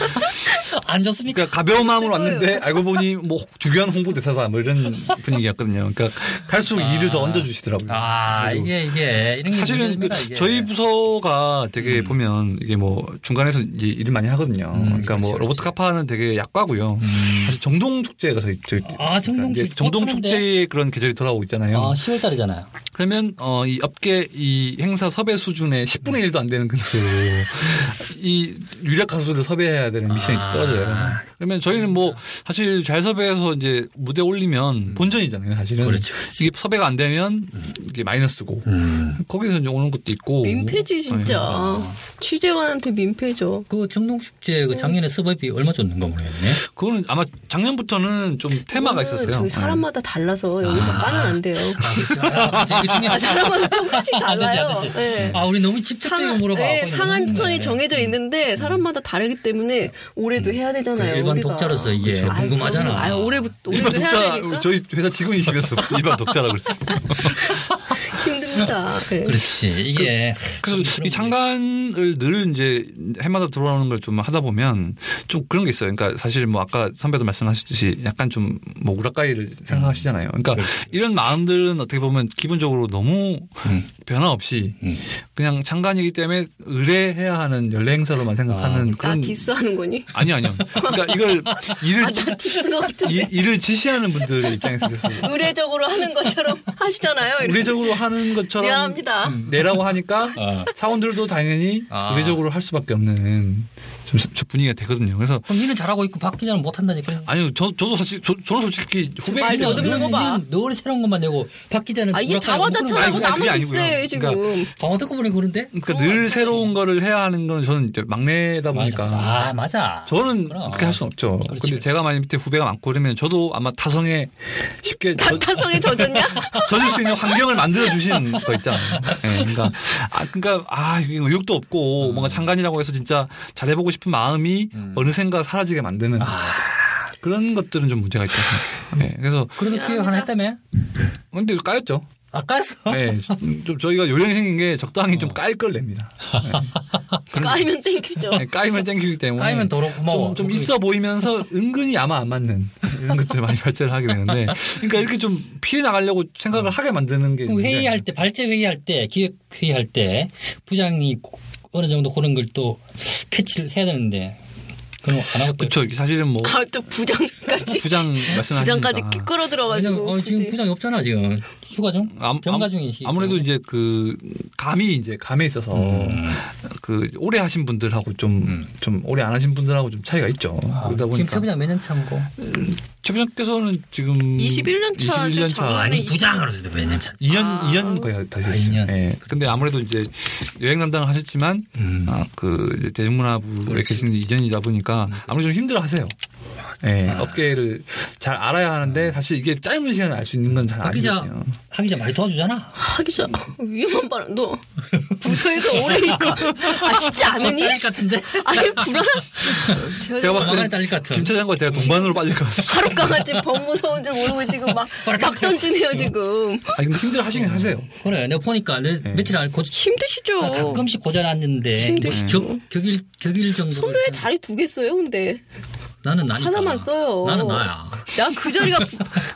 Speaker 3: <laughs> 안 줬습니까?
Speaker 5: 그러니까 가벼운 마음으로
Speaker 3: 아,
Speaker 4: 없을
Speaker 5: 왔는데 알고 보니 뭐 주교한 홍보대사다 뭐 이런 분위기였거든요. 그러니까 갈수록 일을 더 얹어주시더라고요.
Speaker 3: 아
Speaker 5: 그러니까 그래도
Speaker 3: 이게 이게 이런 게
Speaker 5: 사실은
Speaker 3: 문제입니다,
Speaker 5: 그
Speaker 3: 이게. 음.
Speaker 5: 저희 부서가 되게 보면 이게 뭐 중간에서 이제 일을 많이 하거든요. 그러니까
Speaker 3: 그렇지,
Speaker 5: 뭐
Speaker 3: 그렇지.
Speaker 5: 로버트
Speaker 3: 음.
Speaker 5: 카파는 되게 약과고요. 사실 정동 축제가 저희 저희-
Speaker 3: 아, 정동
Speaker 5: 그러니까 이제
Speaker 3: 축제.
Speaker 5: 정동
Speaker 3: 하는데.
Speaker 5: 축제의 그런 계절이 돌아오고 있잖아요.
Speaker 3: 아 10월 달이잖아요.
Speaker 5: 그러면 어 이 업계 이 행사 섭외 수준의 10분의 1도 안
Speaker 3: <laughs>
Speaker 5: 되는 근처로 이 유력 가수들 섭외해야 되는 미션이
Speaker 3: 아. 그렇죠.
Speaker 5: 떨어져요. 그러면 저희는 뭐 사실 잘 섭외해서 이제 무대 올리면 본전이잖아요, 사실은.
Speaker 3: 음. 그렇죠, 그렇죠. 음.
Speaker 5: 이게 섭외가 안 되면 이게 마이너스고 거기서 이제 오는 것도 있고 어,
Speaker 4: 민폐지 진짜. 취재원한테 민폐죠.
Speaker 3: 그 정동 축제
Speaker 4: 네.
Speaker 3: 그 작년에 수입이 얼마 줬는가 모르겠네.
Speaker 5: 그거는 아마 작년부터는 좀 테마가
Speaker 4: 이거는
Speaker 5: 있었어요.
Speaker 4: 저희 사람마다 달라서 여기서 까면
Speaker 3: <laughs>
Speaker 4: 안 돼요.
Speaker 3: 네. 아, 그렇지.
Speaker 5: 그렇죠.
Speaker 3: 아, 그렇지. 그 중에
Speaker 4: 아, 사람마다 조금씩
Speaker 3: 안 되지, 안
Speaker 4: 달라요.
Speaker 3: 되지.
Speaker 4: 네.
Speaker 3: 아, 우리 너무 집착적으로
Speaker 4: 상-
Speaker 3: 물어봐.
Speaker 4: 네,
Speaker 3: 거의 너무
Speaker 4: 상한선이
Speaker 3: 힘드네.
Speaker 4: 정해져 있는데 사람마다 다르기 때문에 올해도 해야 되잖아요.
Speaker 3: 그 일반
Speaker 4: 우리가.
Speaker 3: 독자로서 이게
Speaker 4: 그렇죠. 아유,
Speaker 3: 궁금하잖아. 그
Speaker 4: 그럼요. 아유, 올해부터
Speaker 5: 일반
Speaker 4: 올해도 해야 되니까
Speaker 5: 독자 저희 회사 직원이 집에서
Speaker 3: <laughs>
Speaker 5: 일반 독자라고 그랬어요.
Speaker 4: 힘듭니다. 네.
Speaker 3: 그렇지. 이게
Speaker 5: 그래서 이 장관을 늘 이제 해마다 들어오는 걸 좀 하다 보면 좀 그런 게 있어요. 그러니까 사실 뭐 아까 선배도 말씀하셨듯이 약간 좀 뭐 우락가이를 생각하시잖아요. 그러니까 이런 마음들은 어떻게 보면 기본적으로 너무 변화 없이 그냥 장관이기 때문에 의뢰해야 하는 연례 행사로만 생각하는
Speaker 4: 나
Speaker 5: 그런
Speaker 4: 디스하는 거니?
Speaker 5: 아니 아니요. 그러니까
Speaker 4: <laughs>
Speaker 5: 이걸 일을
Speaker 4: 아, 나 디스인 것 같은데.
Speaker 5: 이- 일을 지시하는 분들의 입장에서 있어서
Speaker 4: 의례적으로 하는 것처럼 하시잖아요. 이렇게.
Speaker 5: 의례적으로 하는 것처럼 음,
Speaker 4: 미안합니다.
Speaker 5: 내라고 하니까
Speaker 3: 아.
Speaker 5: 사원들도 당연히
Speaker 3: 아.
Speaker 5: 의례적으로 할 수밖에 없는 좀 저- 분위기가 되거든요. 그래서
Speaker 3: 그럼 니는 잘하고 있고 박 기자는 못한다니까.
Speaker 5: 아니요, 저, 저도 사실 저, 저는 솔직히 후배
Speaker 4: 말
Speaker 5: 입장에서-
Speaker 4: 더듬는 거 봐.
Speaker 3: 늘 새로운 것만 내고 박 기자는
Speaker 4: 아, 이게
Speaker 3: 우락가야 모르는 거
Speaker 4: 자화자찬하고
Speaker 5: 아니, 그러니까 그게
Speaker 4: 나만
Speaker 5: 아니고요.
Speaker 4: 있어요, 지금.
Speaker 5: 그러니까-
Speaker 3: 방어 듣고 보니 그런데?
Speaker 5: 그러니까 늘 새로운 거를 해야 하는 건 저는 이제 막내다 보니까
Speaker 3: 맞아. 아, 맞아.
Speaker 5: 저는
Speaker 3: 그럼.
Speaker 5: 그렇게 할 수는 없죠.
Speaker 3: 그렇지,
Speaker 5: 근데
Speaker 3: 그렇지.
Speaker 5: 제가 만약 밑에 후배가 많고 그러면 저도 아마 타성에 쉽게 저-
Speaker 4: 타성에
Speaker 5: <laughs>
Speaker 4: 젖었냐?
Speaker 5: 젖을 수 있는 환경을 만들어 주신 거 있잖아요. 예, 그러니까 아 그러니까 아 이게 의욕도 없고
Speaker 3: 음.
Speaker 5: 뭔가 장관이라고 해서 진짜 잘해보고 싶은 마음이 어느샌가 사라지게 만드는
Speaker 3: 아.
Speaker 5: 그런 것들은 좀 문제가 있다. 네, 그래서
Speaker 3: 그래도 기획 하나 했다며?
Speaker 5: 근데 까였죠.
Speaker 3: 아, 깠어? 어.
Speaker 5: 네, 좀 저희가 요령이 생긴 게 적당히 좀 깔 걸 냅니다.
Speaker 4: 까이면 땡큐죠.
Speaker 5: 네, 까이면 땡기기 때문에
Speaker 3: 까이면 더러 고마워.
Speaker 5: 좀, 좀 있어 보이면서 은근히 아마 안 맞는 이런 것들 많이 발전을 하게 되는데 그러니까 이렇게 좀 피해 나가려고 생각을 하게 만드는
Speaker 3: <laughs>
Speaker 5: 게
Speaker 3: 어. 그럼
Speaker 5: 문제가
Speaker 3: 회의할 때, 발제 회의할 때, 기획 회의할 때, 부장이 고- 어느 정도 그런 걸 또 캐치를 해야 되는데, 그럼 안 하고 또.
Speaker 5: 그렇죠. 사실은 뭐
Speaker 4: 아, 또 부장까지.
Speaker 5: 부장 말씀하시니까
Speaker 4: 부장까지 끌어
Speaker 3: 부장,
Speaker 4: 들어가지고.
Speaker 3: 어, 지금 부장이 없잖아, 지금. 휴가 중?
Speaker 5: 암-
Speaker 3: 병가
Speaker 5: 암-
Speaker 3: 중이시.
Speaker 5: 아무래도 이제 음, 그 감이 이제 감에 있어서
Speaker 3: 음.
Speaker 5: 그 오래 하신 분들하고 좀 좀 오래 안 하신 분들하고 좀 차이가 있죠.
Speaker 3: 아,
Speaker 5: 그러다 보니까 아,
Speaker 3: 지금 최 부장 몇년 차고?
Speaker 5: 께서는 지금
Speaker 4: 21년 차,
Speaker 5: 21년
Speaker 4: 저
Speaker 5: 차.
Speaker 4: 작년에
Speaker 5: 아니,
Speaker 3: 아니, 부장으로서도 몇년 차.
Speaker 5: 2년
Speaker 4: 아.
Speaker 5: 2년 거의 다시
Speaker 3: 아,
Speaker 5: 됐어요.
Speaker 3: 2년.
Speaker 5: 예. 근데 아무래도 이제 여행 담당을 하셨지만
Speaker 3: 음.
Speaker 5: 아, 그 이제 대중문화부에
Speaker 3: 그렇지.
Speaker 5: 계시는 이전이다
Speaker 3: 음.
Speaker 5: 보니까 아무래도 좀 힘들어하세요.
Speaker 3: 아,
Speaker 5: 예, 업계를 잘 알아야 하는데 사실 이게 짧은 시간에 알 수 있는 건 잘
Speaker 3: 박 기자,
Speaker 5: 아니거든요.
Speaker 3: 하 기자 많이 도와주잖아.
Speaker 4: 하기 전 위험한 발언. 너 부서에서 오래 있고 아 쉽지 않으니?
Speaker 3: 짤릴 뭐 것 같은데?
Speaker 4: 아니 불안.
Speaker 5: 제가
Speaker 4: 제가
Speaker 5: 봤을
Speaker 3: 조만간
Speaker 5: 때
Speaker 3: 잘릴 것 같아.
Speaker 5: 김 차장과 제가 동반으로 빨릴 것
Speaker 4: <laughs>
Speaker 5: 같아요.
Speaker 4: 하루 강아지 범 무서운 줄 모르고 지금
Speaker 5: <laughs>
Speaker 4: 막막 던지네요 지금.
Speaker 5: 아 근데 힘들어 하시긴 하세요.
Speaker 3: 그래, 내가 보니까 내
Speaker 5: 네.
Speaker 3: 며칠 안 고,
Speaker 5: 아,
Speaker 4: 힘드시죠.
Speaker 3: 가끔씩 고전앉는데
Speaker 4: 어.
Speaker 3: 뭐
Speaker 4: 힘드시죠.
Speaker 3: 격일 격일 정도
Speaker 4: 선배의 자리 두 개 써요 근데.
Speaker 3: 나는 나니까
Speaker 4: 하나만 써요.
Speaker 3: 나는 나야.
Speaker 4: 난 그 자리가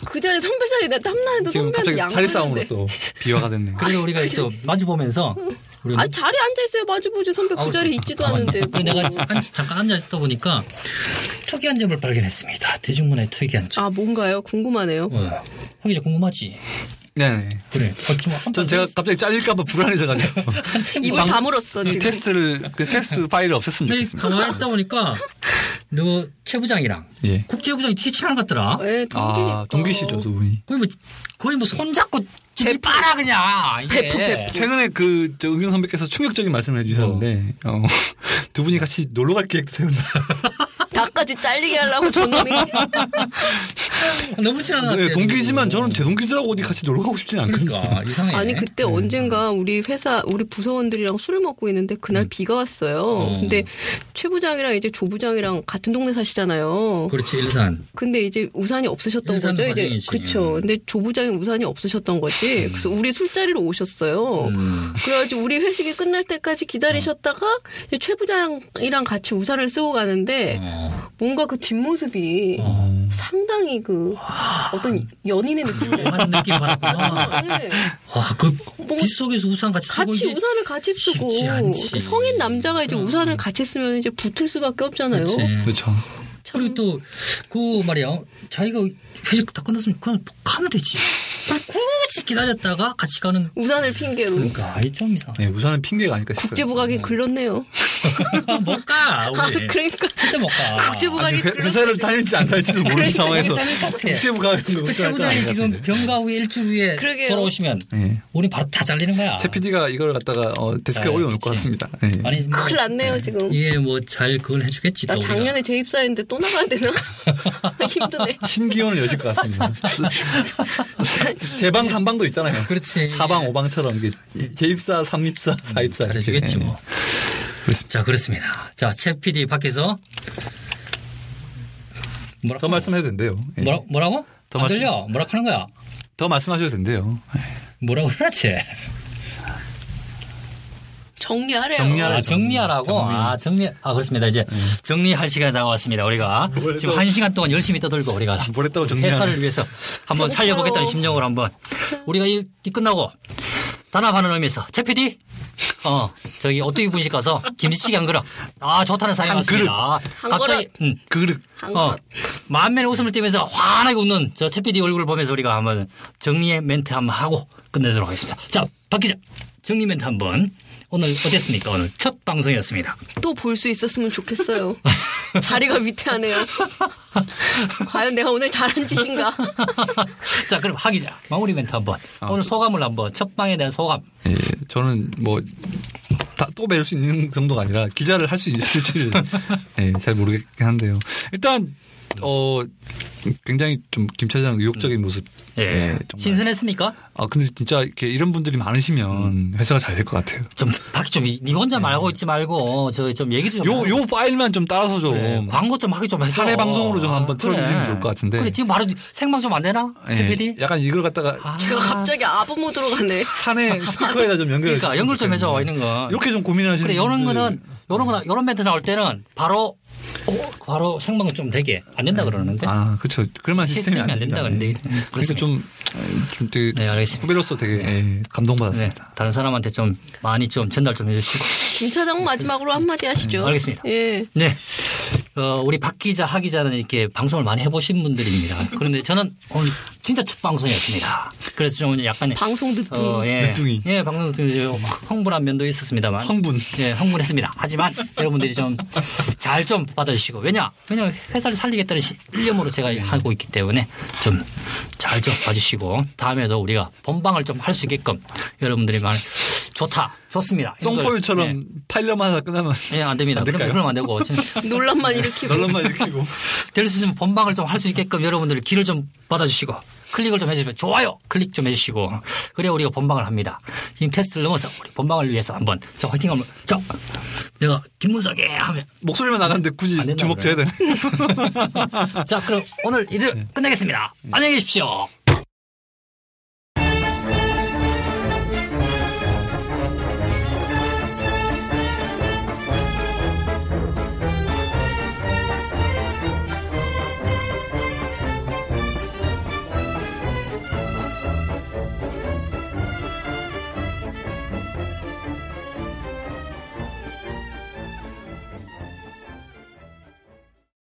Speaker 4: 그 자리 선배 자리 내 탐나는데
Speaker 5: 지금
Speaker 4: 선배한테
Speaker 5: 갑자기
Speaker 4: 양보했는데.
Speaker 5: 자리 싸움으로 또 비화가 됐네요.
Speaker 3: 그래서 우리가 또 마주 보면서 우리
Speaker 4: 아 자리 앉아 있어요 마주보지 선배 그 자리 있지도 않은데. 뭐.
Speaker 3: 내가 한- 잠깐 앉아 있다 보니까 특이한 점을 발견했습니다. 대중문화의 특이한 점.
Speaker 4: 아 뭔가요 궁금하네요.
Speaker 3: 어. 허기자 궁금하지?
Speaker 5: 네.
Speaker 3: 그래. 어, 좀 한,
Speaker 5: 전 제가 갑자기 잘릴까봐 불안해져가지고
Speaker 4: 입을
Speaker 5: 방-
Speaker 4: 다물었어
Speaker 5: 이
Speaker 4: 아, 지금.
Speaker 5: 테스트를 그 테스트 파일을 없앴으면
Speaker 3: 근데
Speaker 5: 좋겠습니다.
Speaker 3: 가만히 있다 네, 보니까 너 최부장이랑
Speaker 5: 예.
Speaker 3: 국제부장이 되게 친한 것 같더라.
Speaker 4: 예, 동기니까.
Speaker 5: 아 동기시죠 두 분이.
Speaker 3: 거의 뭐 거의 뭐 손잡고 찌찌 빨아 그냥. 이게.
Speaker 4: 베프, 베프.
Speaker 5: 최근에 그, 저, 은경 선배께서 충격적인 말씀을 해주셨는데, 어, 두 분이 같이 놀러 갈 계획도 세운다.
Speaker 4: 다 굳이 아, 잘리게 하려고 저놈이.
Speaker 3: 너무 싫어하는 것
Speaker 5: 네,
Speaker 3: 같아요.
Speaker 5: 동기지만 저는 제 동기들하고 어디 같이 놀러 가고 싶지는 않거든요.
Speaker 3: 그러니까 이상해.
Speaker 4: 아니 그때 언젠가 우리 회사 우리 부서원들이랑 술을 먹고 있는데 그날 비가 왔어요.
Speaker 3: 어.
Speaker 4: 근데 최 부장이랑 이제 조 부장이랑 같은 동네 사시잖아요.
Speaker 3: 그렇지 일산.
Speaker 4: 근데 이제 우산이 없으셨던
Speaker 3: 인사는
Speaker 4: 거죠. 이제
Speaker 3: 과정이지.
Speaker 4: 그렇죠. 근데 조 부장이 우산이 없으셨던 거지. 그래서 우리 술자리로 오셨어요.
Speaker 3: 음.
Speaker 4: 그래가지고 우리 회식이 끝날 때까지 기다리셨다가 이제 최 부장이랑 같이 우산을 쓰고 가는데
Speaker 3: 어.
Speaker 4: 뭔가 그 뒷모습이
Speaker 3: 어.
Speaker 4: 상당히 그 어떤 연인의 느낌.
Speaker 3: 한 느낌 받았구나. 아,
Speaker 4: 네.
Speaker 3: 와그
Speaker 4: 뭐-
Speaker 3: 빗속에서 우산 같이 쓰고
Speaker 4: 같이
Speaker 3: 이게
Speaker 4: 우산을 같이 쓰고
Speaker 3: 쉽지 않지.
Speaker 4: 성인 남자가 이제
Speaker 3: 그럼.
Speaker 4: 우산을 같이 쓰면 이제 붙을 수밖에 없잖아요.
Speaker 3: 그렇지.
Speaker 5: 그렇죠.
Speaker 3: 그리고 또 그 말이야 자기가 회식 다 끝났으면 그냥 뭐 가면 되지 굳이 기다렸다가 같이 가는
Speaker 4: 우산을 핑계로
Speaker 3: 그러니까 아이 좀 이상해
Speaker 5: 네, 우산은 핑계가 아닐까 싶어요.
Speaker 4: 국제부각이 글렀네요.
Speaker 3: 뭘까
Speaker 4: 아,
Speaker 3: 우리
Speaker 4: 그러니까
Speaker 3: 절대 못가
Speaker 4: 국제부각이
Speaker 5: 아직
Speaker 4: 글렀.
Speaker 5: 회사를 다닐지 안 다닐지도 모르는
Speaker 4: 그러니까
Speaker 5: 상황에서
Speaker 3: 국제부
Speaker 5: 국제부각이
Speaker 3: 그 최부장이 지금 병가 후에 일주 후에
Speaker 4: 그러게요.
Speaker 3: 돌아오시면
Speaker 5: 네.
Speaker 3: 우리 바로 다 잘리는 거야
Speaker 5: 최 PD가 이걸 갖다가 어, 데스크에
Speaker 3: 아,
Speaker 5: 올려놓을
Speaker 3: 그치.
Speaker 5: 것 같습니다. 네.
Speaker 3: 아니 뭐,
Speaker 4: 큰일 났네요 지금.
Speaker 3: 예, 뭐 잘 그걸 해주겠지
Speaker 4: 나
Speaker 3: 또 우리가.
Speaker 4: 작년에 재입사했는데 또 나가야 <laughs> 되나? 힘드네.
Speaker 5: 신기원을
Speaker 3: 아,
Speaker 5: 여실 것 같습니다. 쓰- 제방 삼방도 있잖아요.
Speaker 3: 그렇지.
Speaker 5: 사방오방처럼 이게 개입사, 삼입사, 사입사. 이렇게. 예.
Speaker 3: 잘해주겠지 뭐.
Speaker 5: 그렇습니다.
Speaker 3: 자, 그렇습니다. 자, 최 PD 밖에서 뭐라
Speaker 5: 더 말씀해도 된대요. 예.
Speaker 3: 뭐라, 뭐라고?
Speaker 5: 더
Speaker 3: 안
Speaker 5: 말씀-
Speaker 3: 들려? 뭐라 하는 거야?
Speaker 5: 더 말씀하셔도 된대요.
Speaker 3: 뭐라고 그러지?
Speaker 4: 정리하래요.
Speaker 5: <laughs> 정리하래. 예.
Speaker 3: 아, 정리하라고? 아, 정리. 아, 그렇습니다. 이제 정리할 시간이 다가왔습니다. 우리가
Speaker 5: 뭘
Speaker 3: 지금
Speaker 5: 또-
Speaker 3: 한 시간 동안 열심히 떠들고 우리가
Speaker 5: 뭘 했다고 그렇죠. 정리하는-
Speaker 3: 회사를 위해서 한번
Speaker 4: 배고파요.
Speaker 3: 살려보겠다는 심정으로 한번 우리가 이, 이 끝나고 단합하는 의미에서 최 PD 어 저기 오뚜기 분식 가서 김치찌개 한 그릇 아 좋다는 사연 왔습니다.
Speaker 4: 한
Speaker 3: 갑자기
Speaker 4: 그릇.
Speaker 3: 음,
Speaker 5: 그릇.
Speaker 4: 한
Speaker 3: 어,
Speaker 4: 번.
Speaker 3: 만면의 웃음을 띠면서 환하게 웃는 저 채피디 얼굴을 보면서 우리가 한번 정리의 멘트 한번 하고 끝내도록 하겠습니다. 자, 박 기자, 정리 멘트 한번. 오늘 어땠습니까? 오늘 첫 방송이었습니다. <laughs>
Speaker 4: 또 볼 수 있었으면 좋겠어요. 자리가 위태하네요. 과연 내가 오늘 잘한 짓인가?
Speaker 3: 자, 그럼 하 기자, 마무리 멘트 한번.
Speaker 5: 아,
Speaker 3: 오늘 소감을 한번, 첫 방에 대한 소감.
Speaker 5: 예, 저는 뭐, 다 또 배울 수 있는 정도가 아니라 기자를 할
Speaker 3: <laughs>
Speaker 5: 수 있을지를 예, 잘 모르겠긴 한데요. 일단, 어, 굉장히 좀 김차장 의욕적인 모습.
Speaker 3: 예.
Speaker 5: 네, 정말.
Speaker 3: 신선했습니까?
Speaker 5: 아, 근데 진짜 이렇게 이런 분들이
Speaker 3: 음,
Speaker 5: 많으시면 회사가 잘 될 것 같아요.
Speaker 3: 좀, 박, 좀, 니 혼자 말고 있지 말고, 저, 좀 얘기 좀.
Speaker 5: 네. 요, 요 파일만 좀 따라서 좀.
Speaker 3: 그래, 광고 좀 하기 좀 해서. 아,
Speaker 5: 사내 방송으로 좀 한번
Speaker 3: 그래.
Speaker 5: 틀어주시면 좋을 것 같은데.
Speaker 3: 그래, 지금 바로 생방 좀 안 되나?
Speaker 5: 예,
Speaker 3: 채피디?
Speaker 5: 약간 이걸 갖다가
Speaker 3: 아.
Speaker 4: 제가 갑자기 아부 모드로 가네.
Speaker 3: <laughs>
Speaker 5: 산에 스피커에다 좀 연결을.
Speaker 3: 그러니까 연결 좀 해줘, 와 있는 거.
Speaker 5: 이렇게 좀 고민하시는.
Speaker 3: 그래 이런
Speaker 5: 분들.
Speaker 3: 거는 이런 거나 이런 멘트 나올 때는 바로 어, 바로 생방송 좀 되게 안 된다 그러는데
Speaker 5: 아, 그렇죠. 그러면 시스템이 안 된다. 네.
Speaker 3: 안 된다 그랬는데.
Speaker 5: 그래서 좀, 좀 되게
Speaker 3: 네, 알겠습니다.
Speaker 5: 후배로서 되게 예,
Speaker 3: 네,
Speaker 5: 감동받았습니다.
Speaker 3: 다른 사람한테 좀 많이 좀 전달 좀 해주시고
Speaker 4: 김 차장 마지막으로 한마디 하시죠.
Speaker 3: 알겠습니다.
Speaker 4: 예.
Speaker 3: 네 어, 우리 박 기자 하 기자는 이렇게 방송을 많이 해보신 분들입니다 그런데 저는 오늘 진짜 첫 방송이었습니다 그래서 좀 약간의
Speaker 4: 방송 늦둥.
Speaker 3: 어, 예.
Speaker 5: 늦둥이.
Speaker 3: 예, 방송 늦둥이 좀 흥분한 면도 있었습니다만.
Speaker 5: 황분.
Speaker 3: 예, 흥분했습니다. 하지만 여러분들이 좀 잘 좀 받아주시고 왜냐, 왜냐 회사를 살리겠다는 시- 일념으로 제가 하고 있기 때문에 좀 잘 좀 봐주시고 다음에도 우리가 본방을 좀 할 수 있게끔 여러분들이 많이 좋다, 좋습니다. 이런 걸-
Speaker 5: 송포유처럼 파일럿만 하다 끝나면
Speaker 3: 예, 예, 안 됩니다.
Speaker 5: 안
Speaker 3: 그럼
Speaker 5: 될까요?
Speaker 3: 그럼 안 되고 지금
Speaker 4: 논란만 일으키고.
Speaker 5: 널런만 일으키고.
Speaker 3: 될 수 있으면 본방을 좀 할 수 있게끔 여러분들 귀를 좀 받아주시고 클릭을 좀 해주시면 좋아요 클릭 좀 해주시고 그래야 우리가 본방을 합니다 지금 테스트를 넘어서 우리 본방을 위해서 한번 저 화이팅 한번 저 내가 김문석에 하면
Speaker 5: 목소리만 나가는데 굳이
Speaker 3: 안 된다
Speaker 5: 주먹 져야
Speaker 3: 그래요.
Speaker 5: 되네.
Speaker 3: 자 그럼 오늘 이대로 끝내겠습니다 안녕히 계십시오